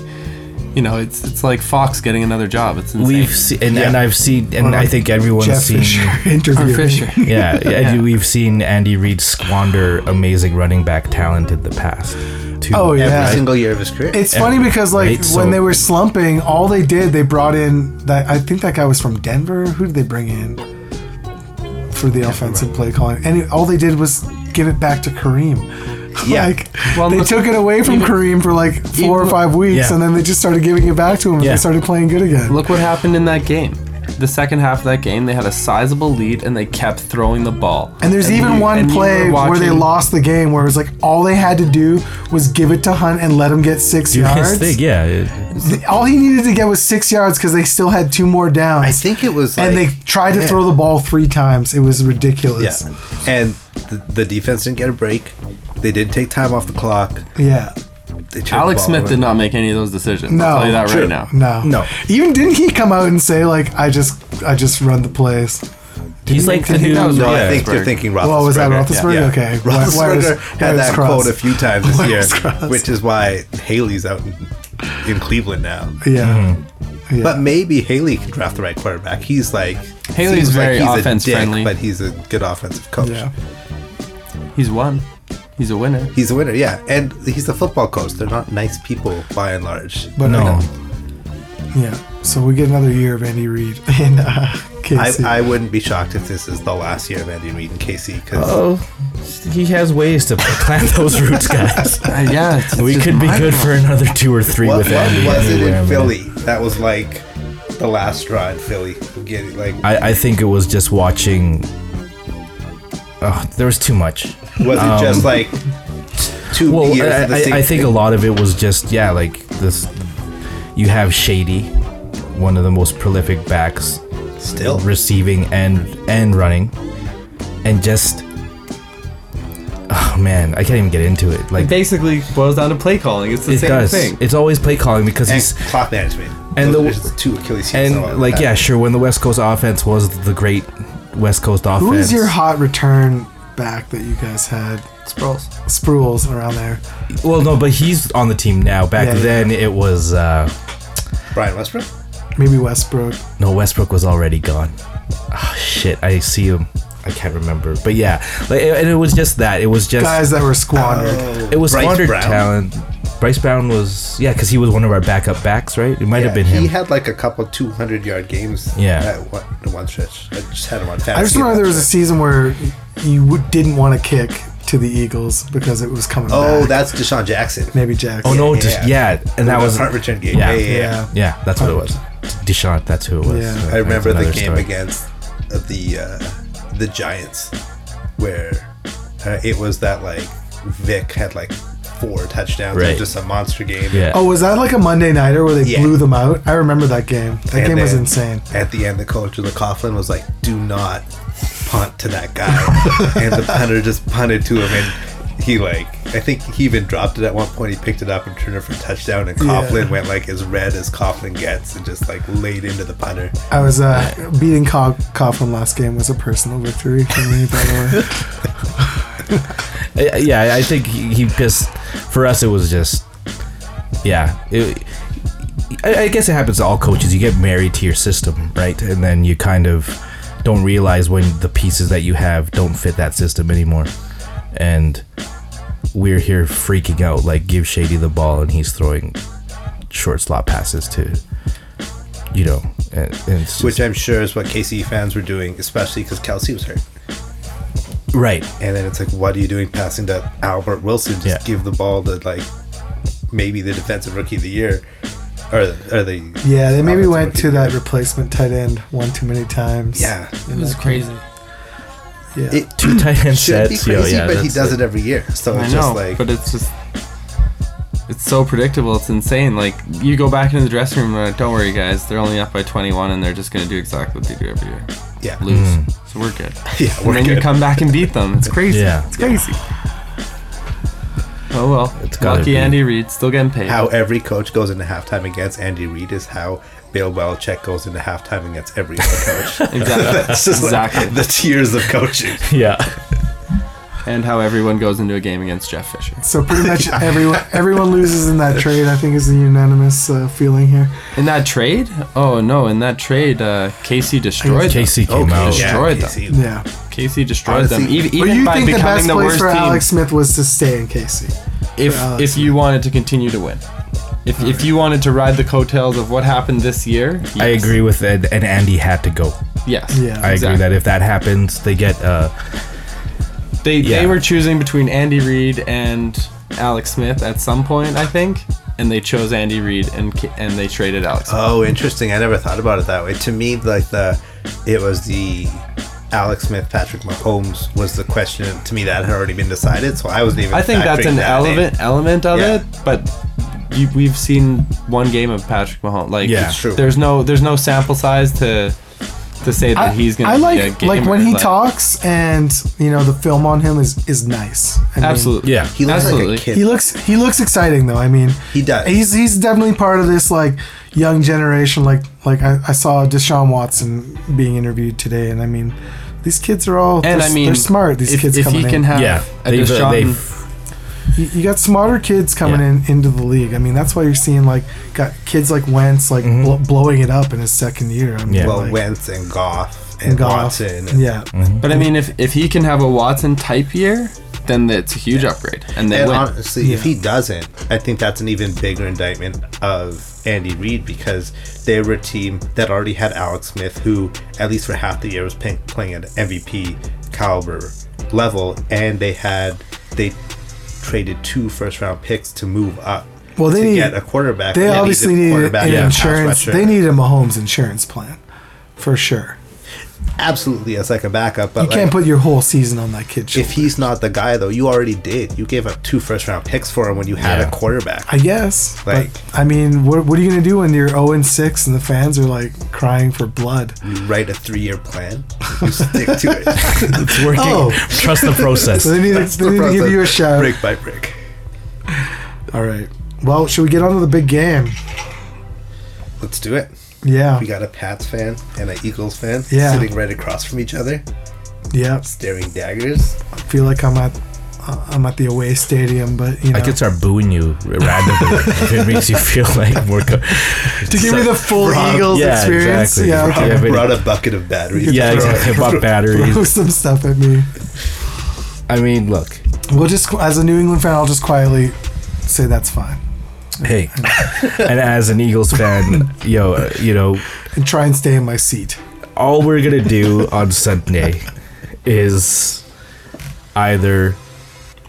S3: you know, it's it's like Fox getting another job. It's insane.
S2: We've seen, and, and
S4: Yeah.
S2: I've seen, and I think everyone's
S1: Jeff
S2: seen.
S1: Fisher interview.
S3: Or Fisher.
S2: Yeah, yeah, we've seen Andy Reid squander amazing running back talent in the past. too.
S1: Oh
S4: Every
S1: yeah,
S4: single year of his career.
S1: It's
S2: Yeah.
S1: funny because like
S2: Right, so-
S1: when they were slumping, all they did they brought in that I think that guy was from Denver. Who did they bring in for the offensive play calling? And it- all they did was give it back to Kareem.
S4: Yeah.
S1: like
S3: Well,
S1: they
S3: look-
S1: took it away from Kareem for like four or
S3: even-
S1: five weeks,
S2: Yeah.
S1: and then they just started giving it back to him, and
S2: Yeah.
S1: they started playing good again.
S3: Look what happened in that game. The second half of that game, they had a sizable lead and they kept throwing the ball.
S1: And there's even
S3: you-
S1: one
S3: and you
S1: play
S3: were
S1: where they
S3: watching-
S1: lost the game, where it was like all they had to do was give it to Hunt and let him get six
S2: You guys
S1: yards.
S2: think, yeah. it-
S1: All he needed to get was six yards because they still had two more downs.
S4: I think it was like,
S1: and they tried to
S4: yeah.
S1: throw the ball three times. It was ridiculous.
S4: Yeah. And the, the defense didn't get a break. They didn't take time off the clock.
S1: Yeah.
S4: They turned the
S3: Alex
S4: ball
S3: Smith
S4: over.
S3: did not make any of those decisions.
S1: No,
S3: I'll tell you that
S4: true.
S3: right now.
S1: No.
S4: No.
S1: Even didn't he come out and say like I just I just run the plays?
S2: He's like the
S3: think
S2: new.
S3: that was
S4: No,
S3: Yeah.
S4: I think you're
S3: Roethlisberger.
S4: thinking Roethlisberger.
S1: Well, Oh, was that Roethlisberger?
S4: Yeah.
S1: Okay. Wi-
S4: Roethlisberger
S1: wires-
S4: had
S1: wires
S4: that
S1: crossed.
S4: quote a few times this
S1: Wires
S4: year,
S1: crossed.
S4: which is why Haley's out in, in Cleveland now.
S1: Yeah. Yeah.
S4: But maybe Haley can draft the right quarterback. He's like
S3: Haley's
S4: seems
S3: very
S4: he's a
S3: offense friendly.
S4: but he's a good offensive coach.
S1: Yeah.
S3: He's won. He's a winner.
S4: He's a winner, yeah, and he's a football coach. They're not nice people by and large.
S1: But
S2: No.
S1: Yeah. So we get another year of Andy Reid in uh,
S4: I,
S1: KC.
S4: I wouldn't be shocked if this is the last year of Andy Reid and KC because
S2: Oh, he has ways to plant those roots, guys.
S3: Uh, yeah, it's- it's
S2: we
S3: just
S2: could be
S3: mind
S2: good for another two or three
S4: what,
S2: with
S4: what
S2: Andy.
S4: was it
S2: anywhere,
S4: in
S2: man.
S4: Philly that was like the last straw in Philly? Getting like
S2: I, I think it was just watching. Oh, there was too much.
S4: was it just like two
S2: Um, Well,
S4: years?
S2: I,
S4: of the
S2: I-
S4: same
S2: I think a lot of it was just yeah, like this. You have Shady, one of the most prolific backs,
S4: still
S2: receiving and and running, and just. Oh man, I can't even get into it. Like
S3: It basically boils down to play calling. It's the
S2: it
S3: same
S2: does.
S3: thing.
S2: It's always play calling because
S4: and
S2: he's
S4: clock management.
S2: and
S4: Those
S2: the-
S4: are two Achilles heels.
S2: and
S4: in a lot of
S2: like
S4: that.
S2: yeah, sure. When the West Coast offense was the great West Coast offense,
S1: Who was your hot return back that you guys had?
S3: Sproles.
S1: Spruels around there.
S2: well, no, but he's on the team now. Back
S1: Yeah, yeah.
S2: then, it was uh,
S4: Brian Westbrook.
S1: Maybe Westbrook.
S2: no Westbrook was already gone. Oh shit, I see him. I can't remember, but yeah, like, and it was just that. It was just
S1: Guys that were squandered.
S2: it was
S4: Bryce
S2: squandered
S4: Brown.
S2: talent. Bryce Brown was yeah, because he was one of our backup backs, right? It might
S4: Yeah,
S2: have been
S4: He
S2: him.
S4: had like a couple 200 yard games.
S2: Yeah.
S4: At one, in one stretch. I just had him on fantasy.
S1: I just remember
S4: at
S1: there
S4: that
S1: was a
S4: stretch.
S1: season where you w- didn't want to kick to the Eagles because it was coming
S4: Oh,
S1: back.
S4: that's Deshaun Jackson.
S1: Maybe Jackson.
S2: oh no, just yeah, and that
S4: The
S2: was
S4: punt return game.
S2: yeah.
S4: Yeah, yeah, yeah.
S2: yeah, that's what it was. Deshaun, that's who it was.
S1: Yeah. I
S4: I remember
S2: That's
S4: the
S2: another
S4: game
S2: story.
S4: against uh, the uh, the Giants, where uh, it was that like Vic had like four touchdowns. It
S2: Right.
S4: was just a monster game.
S2: Yeah.
S1: Oh, was that like a Monday nighter where they
S4: Yeah.
S1: blew them out? I remember that game. That
S4: And
S1: game was
S4: then
S1: insane.
S4: At the end, the coach of the Coughlin was like, "Do not punt to that guy," and the punter just punted to him, and he like, I think he even dropped it at one point. He picked it up and turned it for a touchdown, and Coughlin
S1: Yeah.
S4: went like as red as Coughlin gets, and just like laid into the punter.
S1: I was uh, beating Co- Coughlin last game was a personal victory for me, by the way.
S2: Uh, yeah, I think he, he just for us it was just yeah. It, I, I guess it happens to all coaches. You get married to your system, right? And then you kind of don't realize when the pieces that you have don't fit that system anymore. And we're here freaking out, like give Shady the ball, and he's throwing short slot passes to, you know, and, and it's just,
S4: Which I'm sure is what KC fans were doing, especially because Kelsey was hurt.
S2: right.
S4: And then it's like, what are you doing passing to Albert Wilson? Just
S2: Yeah.
S4: give the ball to like maybe the defensive rookie of the year, or or the
S1: Yeah, they maybe
S4: offensive
S1: went
S4: rookie
S1: to
S4: of the
S1: that
S4: year.
S1: replacement tight end one too many times.
S4: Yeah,
S1: In that
S3: crazy.
S1: game. Yeah.
S4: it
S2: Two tight end
S4: should be
S2: sets. yo,
S4: crazy,
S2: yeah,
S4: but he
S2: that's
S4: does
S2: it.
S4: it every year. So
S3: I
S4: it's
S3: know,
S4: just like,
S3: but it's just it's so predictable. It's insane. Like you go back into the dressing room and like, don't worry, guys, they're only up by 21, and they're just gonna do exactly what they do every year,
S4: yeah,
S3: lose. So we're good.
S4: yeah,
S3: and
S4: we're
S3: then
S4: good.
S3: you come back and beat them. It's crazy.
S2: Yeah.
S3: it's crazy. Oh well, it's
S2: gotta
S3: lucky
S2: be.
S3: Andy Reid still getting paid.
S4: how every coach goes into halftime against Andy Reid is how Bill Belichick goes into halftime against every other coach.
S3: Exactly.
S4: It's just
S3: exactly.
S4: like the tiers of coaching.
S2: Yeah.
S3: and how everyone goes into a game against Jeff Fisher.
S1: So pretty much everyone everyone loses in that trade. I think is the unanimous uh, feeling here.
S3: In that trade? Oh no! In that trade, uh, Casey destroyed them.
S2: KC came out.
S3: yeah. destroyed them.
S4: KC.
S1: Yeah.
S3: Casey destroyed them.
S4: Honestly,
S3: Even,
S1: But
S3: even
S1: you
S3: by
S1: think the
S3: becoming
S1: best
S3: the,
S1: place
S3: worst
S1: for
S3: team,
S1: Alex Smith was to stay in KC?
S3: if
S1: Alex
S3: if you wanted to continue to win, if if you wanted to ride the coattails of what happened this year,
S2: I
S3: yes.
S2: agree with Ed, and Andy had to go.
S3: Yes.
S1: Yeah.
S2: I agree
S3: Exactly.
S2: that if that happens, they get uh,
S3: They
S2: Yeah.
S3: they were choosing between Andy Reid and Alex Smith at some point, I think, and they chose Andy Reid and Ca- and they traded Alex. Smith.
S4: Oh, interesting. I never thought about it that way. To me, like the it was the Alex Smith, Patrick Mahomes was the question. To me, that had already been decided, so I wasn't even.
S3: I think that's
S4: factoring
S3: an
S4: that in.
S3: element element of
S4: Yeah.
S3: it, but you, we've seen one game of Patrick Mahomes. Like,
S2: Yeah.
S4: It's true.
S3: There's no there's no sample size to to say that
S1: I,
S3: he's gonna.
S1: I like
S3: be a gamer.
S1: like when he talks and you know the film on him is is nice. I mean,
S3: Absolutely.
S2: Yeah.
S4: He looks
S3: Absolutely.
S4: like a kid.
S1: He looks he looks exciting though. I mean,
S4: He does.
S1: He's he's definitely part of this like young generation. Like like I, I saw Deshaun Watson being interviewed today, and I mean, these kids are all
S3: And
S1: they're,
S3: I mean,
S1: theyey're smart. These
S3: if,
S1: kids
S3: if
S1: coming
S3: he
S1: in.
S3: can have
S2: yeah.
S3: a
S2: They've, uh,
S3: Deshaun,
S2: they've
S1: you, you got smarter kids coming
S2: Yeah.
S1: in into the league. I mean, that's why you're seeing like got kids like Wentz like bl- blowing it up in his second year. I mean,
S2: Yeah.
S4: Well,
S1: like,
S4: Wentz and Goff and,
S1: and Goff.
S4: Watson.
S1: Yeah,
S3: But I mean, if if he can have a Watson type year, then it's a huge upgrade, and they
S4: And
S3: win.
S4: honestly, if
S1: Yeah.
S4: he doesn't, I think that's an even bigger indictment of Andy Reid because they were a team that already had Alex Smith, who at least for half the year was playing, playing at MVP caliber level, and they had they traded two first round picks to move up.
S1: Well, they
S4: to
S1: need-
S4: get a quarterback.
S1: They
S4: and needed
S1: obviously needed
S4: quarterback
S1: an
S4: and a pass
S1: insurance.
S4: rusher.
S1: They needed a Mahomes insurance plan, for sure.
S4: absolutely as like a backup, but
S1: You
S4: like,
S1: can't put your whole season on that kid.
S4: if he's not the guy though, you already did. You gave up two first round picks for him when you had
S2: Yeah.
S4: a quarterback.
S1: I guess.
S4: Like-
S1: but, I mean, what, what are you gonna do when you're 0 and 6 and the fans are like crying for blood?
S4: you write a three year plan, you stick to it.
S2: It's working.
S1: Oh.
S2: Trust the process.
S1: So they need,
S4: That's
S1: to,
S4: the
S1: they need to give
S4: process,
S1: you a shout.
S4: Brick by brick.
S1: All right. Well, should we get on to the big game?
S4: Let's do it.
S1: Yeah.
S4: We got a Pats fan and an Eagles fan
S1: Yeah.
S4: sitting right across from each other,
S1: Yeah.
S4: staring daggers.
S1: I feel like I'm at uh, I'm at the away stadium, but you know.
S2: I could start booing you randomly if it makes you feel like more. Co-
S1: to give me the full
S4: Rob-
S1: Eagles
S2: yeah,
S1: experience.
S2: exactly.
S1: Yeah.
S2: Rob-
S1: Okay.
S2: Yeah, but-
S4: brought a bucket of batteries.
S2: yeah, exactly. About
S1: Throw
S2: batteries.
S1: some stuff at me.
S2: I mean, look.
S1: We'll just, as a New England fan, I'll just quietly say that's fine
S2: Hey, and as an Eagles fan, yo, uh, you know,
S1: and try and stay in my seat.
S2: all we're gonna do on Sunday is either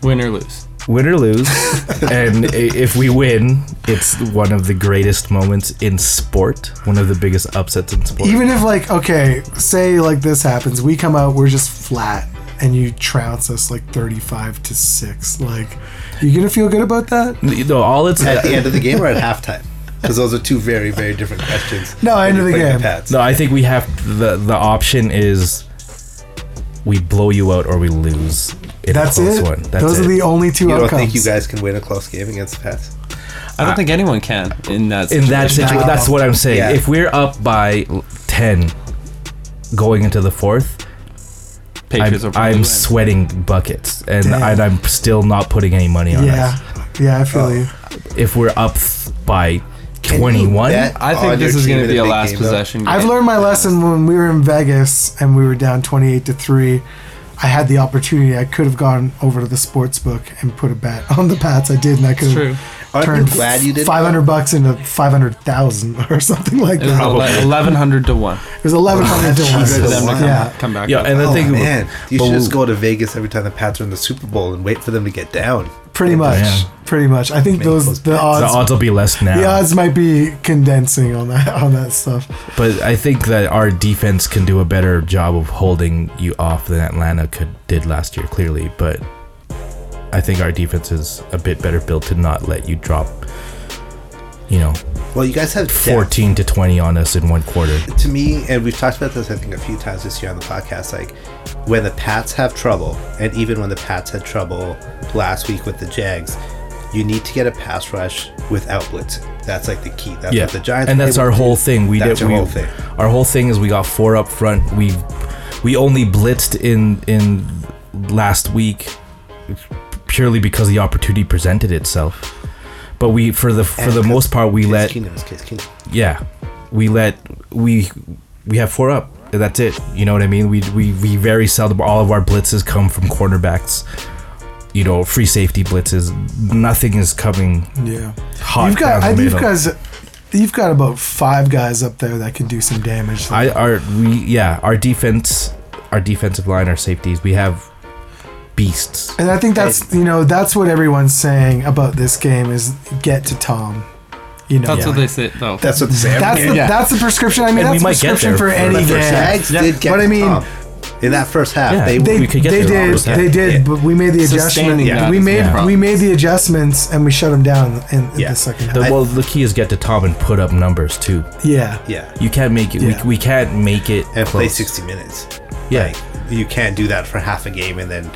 S3: win or lose.
S2: win or lose, and i- if we win, it's one of the greatest moments in sport, one of the biggest upsets in sport.
S1: Even if, like, okay, say like this happens, we come out, we're just flat, and you trounce us like 35 to 6. Like, you gonna feel good about that?
S2: you know, all it's
S4: At the end of the game or at halftime? Because those are two very, very different questions.
S1: No, end
S4: when
S1: of
S4: you're
S1: the
S4: playing
S1: game.
S4: Pats.
S2: No, I think we have the the option is we blow you out or we lose. In
S1: That's
S2: a close
S1: it.
S2: One. That's
S1: Those
S2: it.
S1: are the only two
S4: You don't
S1: outcomes.
S4: think you guys can win a close game against the Pats?
S3: I don't think anyone can in that.
S2: in
S3: situation.
S2: that situation. That's what I'm saying.
S4: Yeah.
S2: If we're up by ten, going into the fourth, I'm,
S3: Patriots will probably
S2: I'm
S3: win.
S2: sweating buckets, and
S1: Damn.
S2: and I'm still not putting any money on
S1: Yeah. Yeah, I feel
S4: Oh,
S1: you.
S2: us. If we're up by
S4: you
S2: twenty-one,
S4: bet?
S3: I
S4: on
S1: Oh,
S3: think this
S4: your
S3: is
S4: team
S3: going
S4: in
S3: to
S4: a
S3: be a
S4: big
S3: last
S4: game, though.
S3: possession. game.
S1: I've learned my lesson when we were in Vegas and we were down 28 to 3. I had the opportunity. I could have gone over to the sports book and put a bet on the Pats. I did, and I could
S3: true.
S1: have
S4: Aren't you
S1: turned
S4: glad you did
S1: 500 bucks into 500,000 or something like
S3: It was
S1: that.
S3: eleven hundred to one.
S1: It was 1,100 to
S4: Jesus.
S3: For them to
S1: 1.
S3: come,
S1: Yeah.
S3: come back.
S2: yeah,
S3: with
S2: and
S3: that.
S2: the
S4: Oh,
S2: thing,
S4: man. You
S2: but
S4: should just
S2: we-
S4: go to Vegas every time the Pats are in the Super Bowl and wait for them to get down.
S1: Pretty much.
S2: Yeah.
S1: Pretty much. I think
S4: Make
S1: those
S4: those
S1: the
S4: bets.
S2: the
S1: odds
S2: odds will be less now.
S1: the odds might be condensing on that on that stuff.
S2: But I think that our defense can do a better job of holding you off than Atlanta could did last year, clearly. But I think our defense is a bit better built to not let you drop, you know,
S4: Well, you guys have depth.
S2: 14 to 20 on us in one quarter.
S4: to me, and we've talked about this, I think, a few times this year on the podcast. Like, when the Pats have trouble, and even when the Pats had trouble last week with the Jags, you need to get a pass rush without blitzing. That's like the key. That's
S2: Yeah,
S4: what the Giants.
S2: and
S4: were
S2: that's
S4: able
S2: our
S4: to do.
S2: whole thing. We
S4: That's
S2: did.
S4: our
S2: we,
S4: whole thing.
S2: Our whole thing is we got four up front. We we only blitzed in in last week purely because the opportunity presented itself. But we for the for
S4: And
S2: the most part we
S4: Case
S2: let
S4: Keenum is Case Keenum.
S2: yeah, we let we we have four up. and That's it. You know what I mean? We we we very seldom. All of our blitzes come from cornerbacks. You know, free safety blitzes. Nothing is coming
S1: Yeah.
S2: hot.
S1: you've got
S2: down
S1: I,
S2: the
S1: you've
S2: middle.
S1: guys you've got about 5 guys up there that can do some damage.
S2: I our we yeah our defense, our defensive line, our safeties. We have beasts.
S1: And I think that's you know that's what everyone's saying about this game is get to Tom. You know,
S3: That's
S1: like,
S3: what they say. Though
S4: That's what the
S1: that's the,
S3: Yeah.
S1: that's the prescription. I mean,
S2: And we
S1: that's a
S2: might get
S1: prescription
S2: there
S1: for
S2: for
S1: any
S2: the
S1: game.
S2: first half.
S4: Jags did get.
S1: But I mean,
S4: Tom. in that first half,
S2: Yeah.
S4: they,
S1: they
S2: We could get
S1: they
S2: there.
S1: did
S2: Yeah.
S1: they did, but we made the adjustment.
S3: Sustaining
S4: Yeah. that
S1: We
S3: is
S1: made
S3: the problem.
S1: we made the adjustments and we shut them down in, in
S4: Yeah.
S1: the second
S2: The,
S1: half.
S2: well, the key is get to Tom and put up numbers too.
S1: yeah,
S4: yeah,
S2: You can't make it.
S1: Yeah.
S2: We, we can't make it
S4: and play
S2: close.
S4: sixty minutes.
S2: Yeah.
S4: Like, you can't do that for half a game and then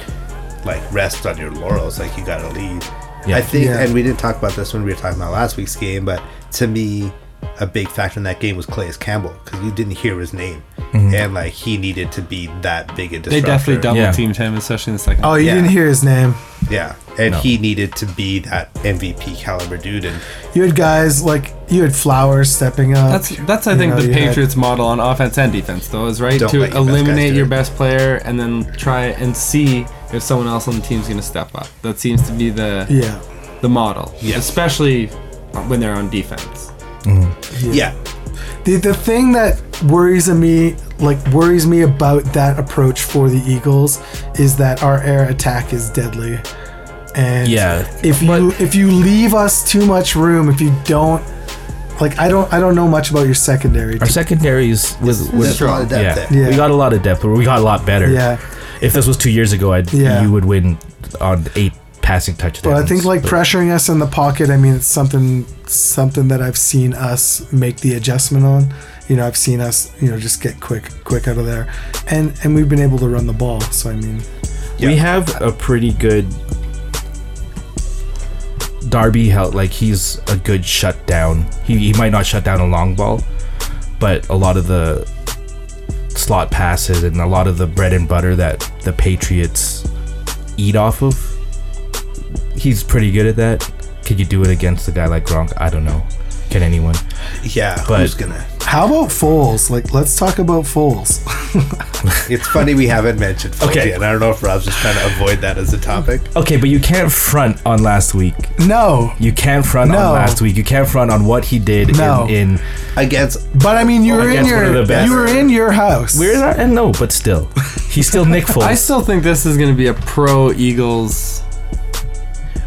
S4: like rest on your laurels. Like you gotta lead.
S2: Yeah.
S4: I think,
S1: Yeah.
S4: and we didn't talk about this when we were talking about last week's game, but to me, a big factor in that game was Clay's Campbell because you didn't hear his name,
S2: Mm-hmm.
S4: and like he needed to be that big a disruptor.
S3: they definitely double
S2: Yeah.
S3: teamed him, especially in the second.
S1: Oh, you
S4: Yeah.
S1: didn't hear his name.
S4: Yeah, and
S2: No.
S4: he needed to be that MVP caliber dude, and
S1: You had guys like you had Flowers stepping up.
S3: That's that's I
S1: You
S3: think
S1: know,
S3: the
S1: you had-
S3: Patriots model on offense and defense though is right
S4: Don't
S3: to
S4: let your best guys
S3: eliminate
S4: do
S3: your
S4: it.
S3: best player and then try and see if someone else on the team's going to step up. That seems to be the
S1: yeah,
S3: the model,
S4: Yeah.
S3: especially when they're on defense.
S4: yeah,
S1: The, the thing that worries me, like worries me about that approach for the Eagles, is that our air attack is deadly. And
S2: Yeah,
S1: if you if you leave us too much room, if you don't, like I don't I don't know much about your secondary.
S2: Our secondaries was, was
S4: there's a lot of depth
S2: yeah.
S4: there.
S1: Yeah.
S2: we got a lot of depth, but we got a lot better.
S1: yeah,
S2: If this was two years ago, I'd
S1: Yeah.
S2: you would win on eight passing touchdowns.
S1: but I think like
S2: but-
S1: pressuring us in the pocket. I mean, it's something something that I've seen us make the adjustment on. You know, I've seen us you know just get quick quick out of there, and and we've been able to run the ball. So I mean,
S2: we
S4: Yeah.
S2: have a pretty good Darby held like he's a good shutdown. He he might not shut down a long ball, but a lot of the slot passes and a lot of the bread and butter that the Patriots eat off of, he's pretty good at that. Could you do it against a guy like Gronk? I don't know. Can anyone?
S4: yeah.
S2: But-
S4: who's gonna?
S1: How about Foles? Like, let's talk about Foles.
S4: It's funny we haven't mentioned. Foles
S2: Okay.
S4: yet, and I don't know if Rob's just trying to avoid that as a topic.
S2: Okay, but you can't front on last week.
S1: no,
S2: You can't front
S1: No.
S2: on last week. You can't front on what he did
S1: No.
S2: in, in
S4: Against
S1: but I mean, you were in
S2: Oh, guess one of
S1: your
S2: the best.
S1: you were in your house.
S2: We're not, and no, but still, he's still Nick Foles.
S3: I still think this is going to be a pro Eagles.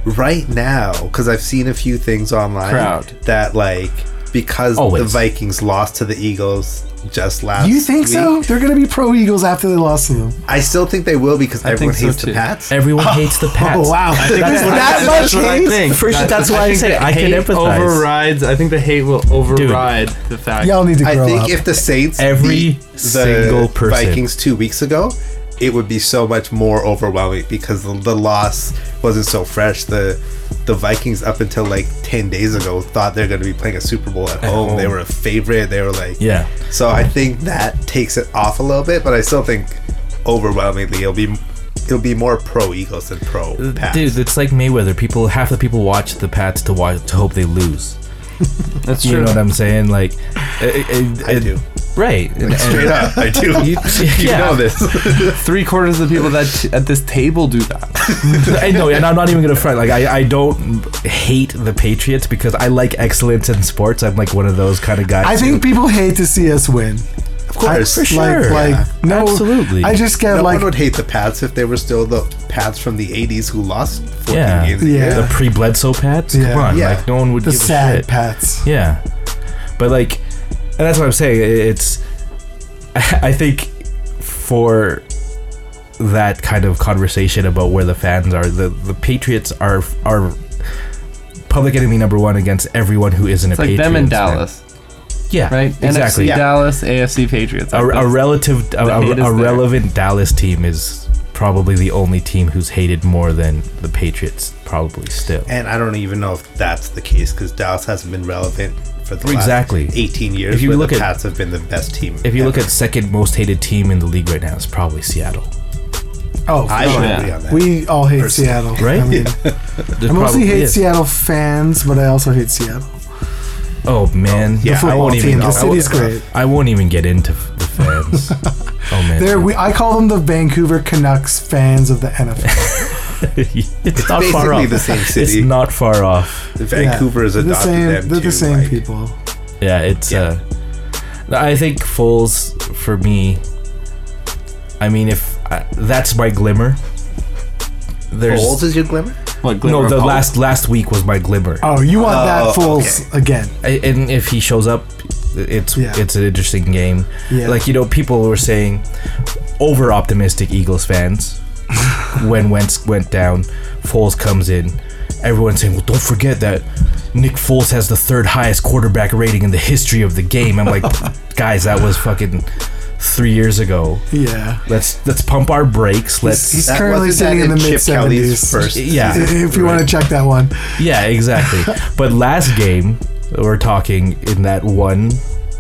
S4: right now, because I've seen a few things online
S3: Crowd.
S4: that like because the
S2: Always.
S4: Vikings lost to the Eagles just last.
S1: you think so?
S4: week,
S1: They're gonna be pro Eagles after they lost to them.
S4: I still think they will because everyone
S3: think so
S4: hates the
S3: too.
S4: Pats.
S2: Everyone hates the Pats.
S1: Oh wow, there's
S4: that's what-
S1: that
S4: that's
S1: much
S3: what I
S1: hate?
S3: think.
S2: First,
S3: That-
S2: that's why I
S3: think
S2: say
S3: the
S2: I can
S3: hate
S2: empathize.
S3: Overrides. I think the hate will override the fact.
S1: Y'all need to
S4: I
S1: grow
S4: think
S1: up.
S4: if the Saints
S2: Every
S4: beat
S2: single person.
S4: Vikings two weeks ago, it would be so much more overwhelming because the, the loss wasn't so fresh. The the Vikings up until like ten days ago thought they're going to be playing a Super Bowl at home. They
S2: home.
S4: were a favorite. They were like,
S2: Yeah.
S4: So I think that takes it off a little bit, but I still think overwhelmingly it'll be it'll be more pro Eagles than pro Pats.
S2: Dude, it's like Mayweather. People, half the people watch the Pats to watch to hope they lose.
S3: That's
S2: You
S3: true.
S2: know what I'm saying? Like, it, it,
S4: I
S2: it-
S4: do.
S2: Right. And- and-
S4: Straight up, I do. You,
S2: yeah.
S4: know this.
S3: Three quarters of the people that at this table do that.
S2: I know, and I'm not even gonna front. Like, I, I don't hate the Patriots because I like excellence in sports. I'm like one of those kind of guys.
S1: I think
S2: who-
S1: people hate to see us win.
S4: of
S1: I-
S4: course.
S2: for
S1: Like,
S2: sure.
S1: like
S2: Yeah.
S1: no,
S2: Absolutely.
S1: I just get
S4: no
S1: like
S4: one would hate the Pats if they were still the Pats from the '80s who lost 14
S2: yeah,
S4: games.
S1: Yeah.
S2: the pre Bledsoe Pats.
S1: Yeah.
S2: Come on,
S4: Yeah.
S2: like no one would
S1: the
S2: give a
S1: sad
S2: shit.
S1: Pats.
S2: Yeah, but like, and that's what I'm saying. i- It's, I think, for that kind of conversation about where the fans are, the the Patriots are are public enemy number one against everyone who isn't
S3: It's
S2: a
S3: like
S2: Patriots.
S3: them in
S2: fan.
S3: Dallas,
S2: yeah,
S3: right?
S2: exactly.
S3: NFC
S4: Yeah.
S3: Dallas, AFC Patriots.
S2: A, a relative, a,
S3: The hate is
S2: a,
S3: there.
S2: a relevant Dallas team is probably the only team who's hated more than the Patriots, probably still.
S4: And I don't even know if that's the case because Dallas hasn't been relevant for the
S2: Exactly.
S4: last 18 years.
S2: If you
S4: where
S2: look
S4: the
S2: at-
S4: Pats have been the best team.
S2: If you look
S4: ever.
S2: at second most hated team in the league right now, it's probably Seattle.
S1: Oh,
S4: I
S1: for
S4: would
S1: sure.
S3: yeah.
S4: agree on that.
S1: we all hate
S4: Personally.
S1: Seattle,
S2: Right?
S1: I, mean, I mostly hate Seattle fans, but I also hate Seattle.
S2: Oh man,
S4: yeah,
S2: I
S1: Football
S2: won't
S1: team.
S2: even.
S1: The
S2: I won't-
S1: city's great.
S2: I won't even get into f- the fans. oh man,
S1: They're, we, I call them the Vancouver Canucks fans of the NFL.
S2: it's not far
S4: basically
S2: off.
S4: the same
S2: It's
S4: city.
S2: not far off.
S4: Vancouver has
S1: Yeah. They're the
S4: adopted
S1: same,
S4: them.
S1: They're
S4: too,
S1: the same
S4: like-
S1: people.
S2: Yeah, it's.
S4: Yeah.
S2: Uh, I think Foles for me. I mean, if I, that's my glimmer. There's
S4: Foles is your glimmer?
S3: What, glimmer
S2: no.
S3: of
S2: The
S3: hope?
S2: last last week was my glimmer.
S1: Oh, you want
S4: Oh,
S1: that Foles again?
S2: I- and if he shows up, it's
S1: Yeah.
S2: it's an interesting game.
S1: Yeah.
S2: Like you know, people were saying over optimistic Eagles fans when Wentz went down, Foles comes in. Everyone's saying, "Well, don't forget that Nick Foles has the third highest quarterback rating in the history of the game." I'm like, guys, that was fucking three years ago.
S1: Yeah.
S2: Let's let's pump our brakes. Let's
S1: He's
S4: That
S1: currently
S4: wasn't
S1: sitting in
S4: that
S1: the
S4: in
S1: mid
S4: Chip Kelly's first
S1: seventies.
S2: yeah.
S1: If you want to check that one,
S2: Yeah, exactly. but last game, we're talking in that one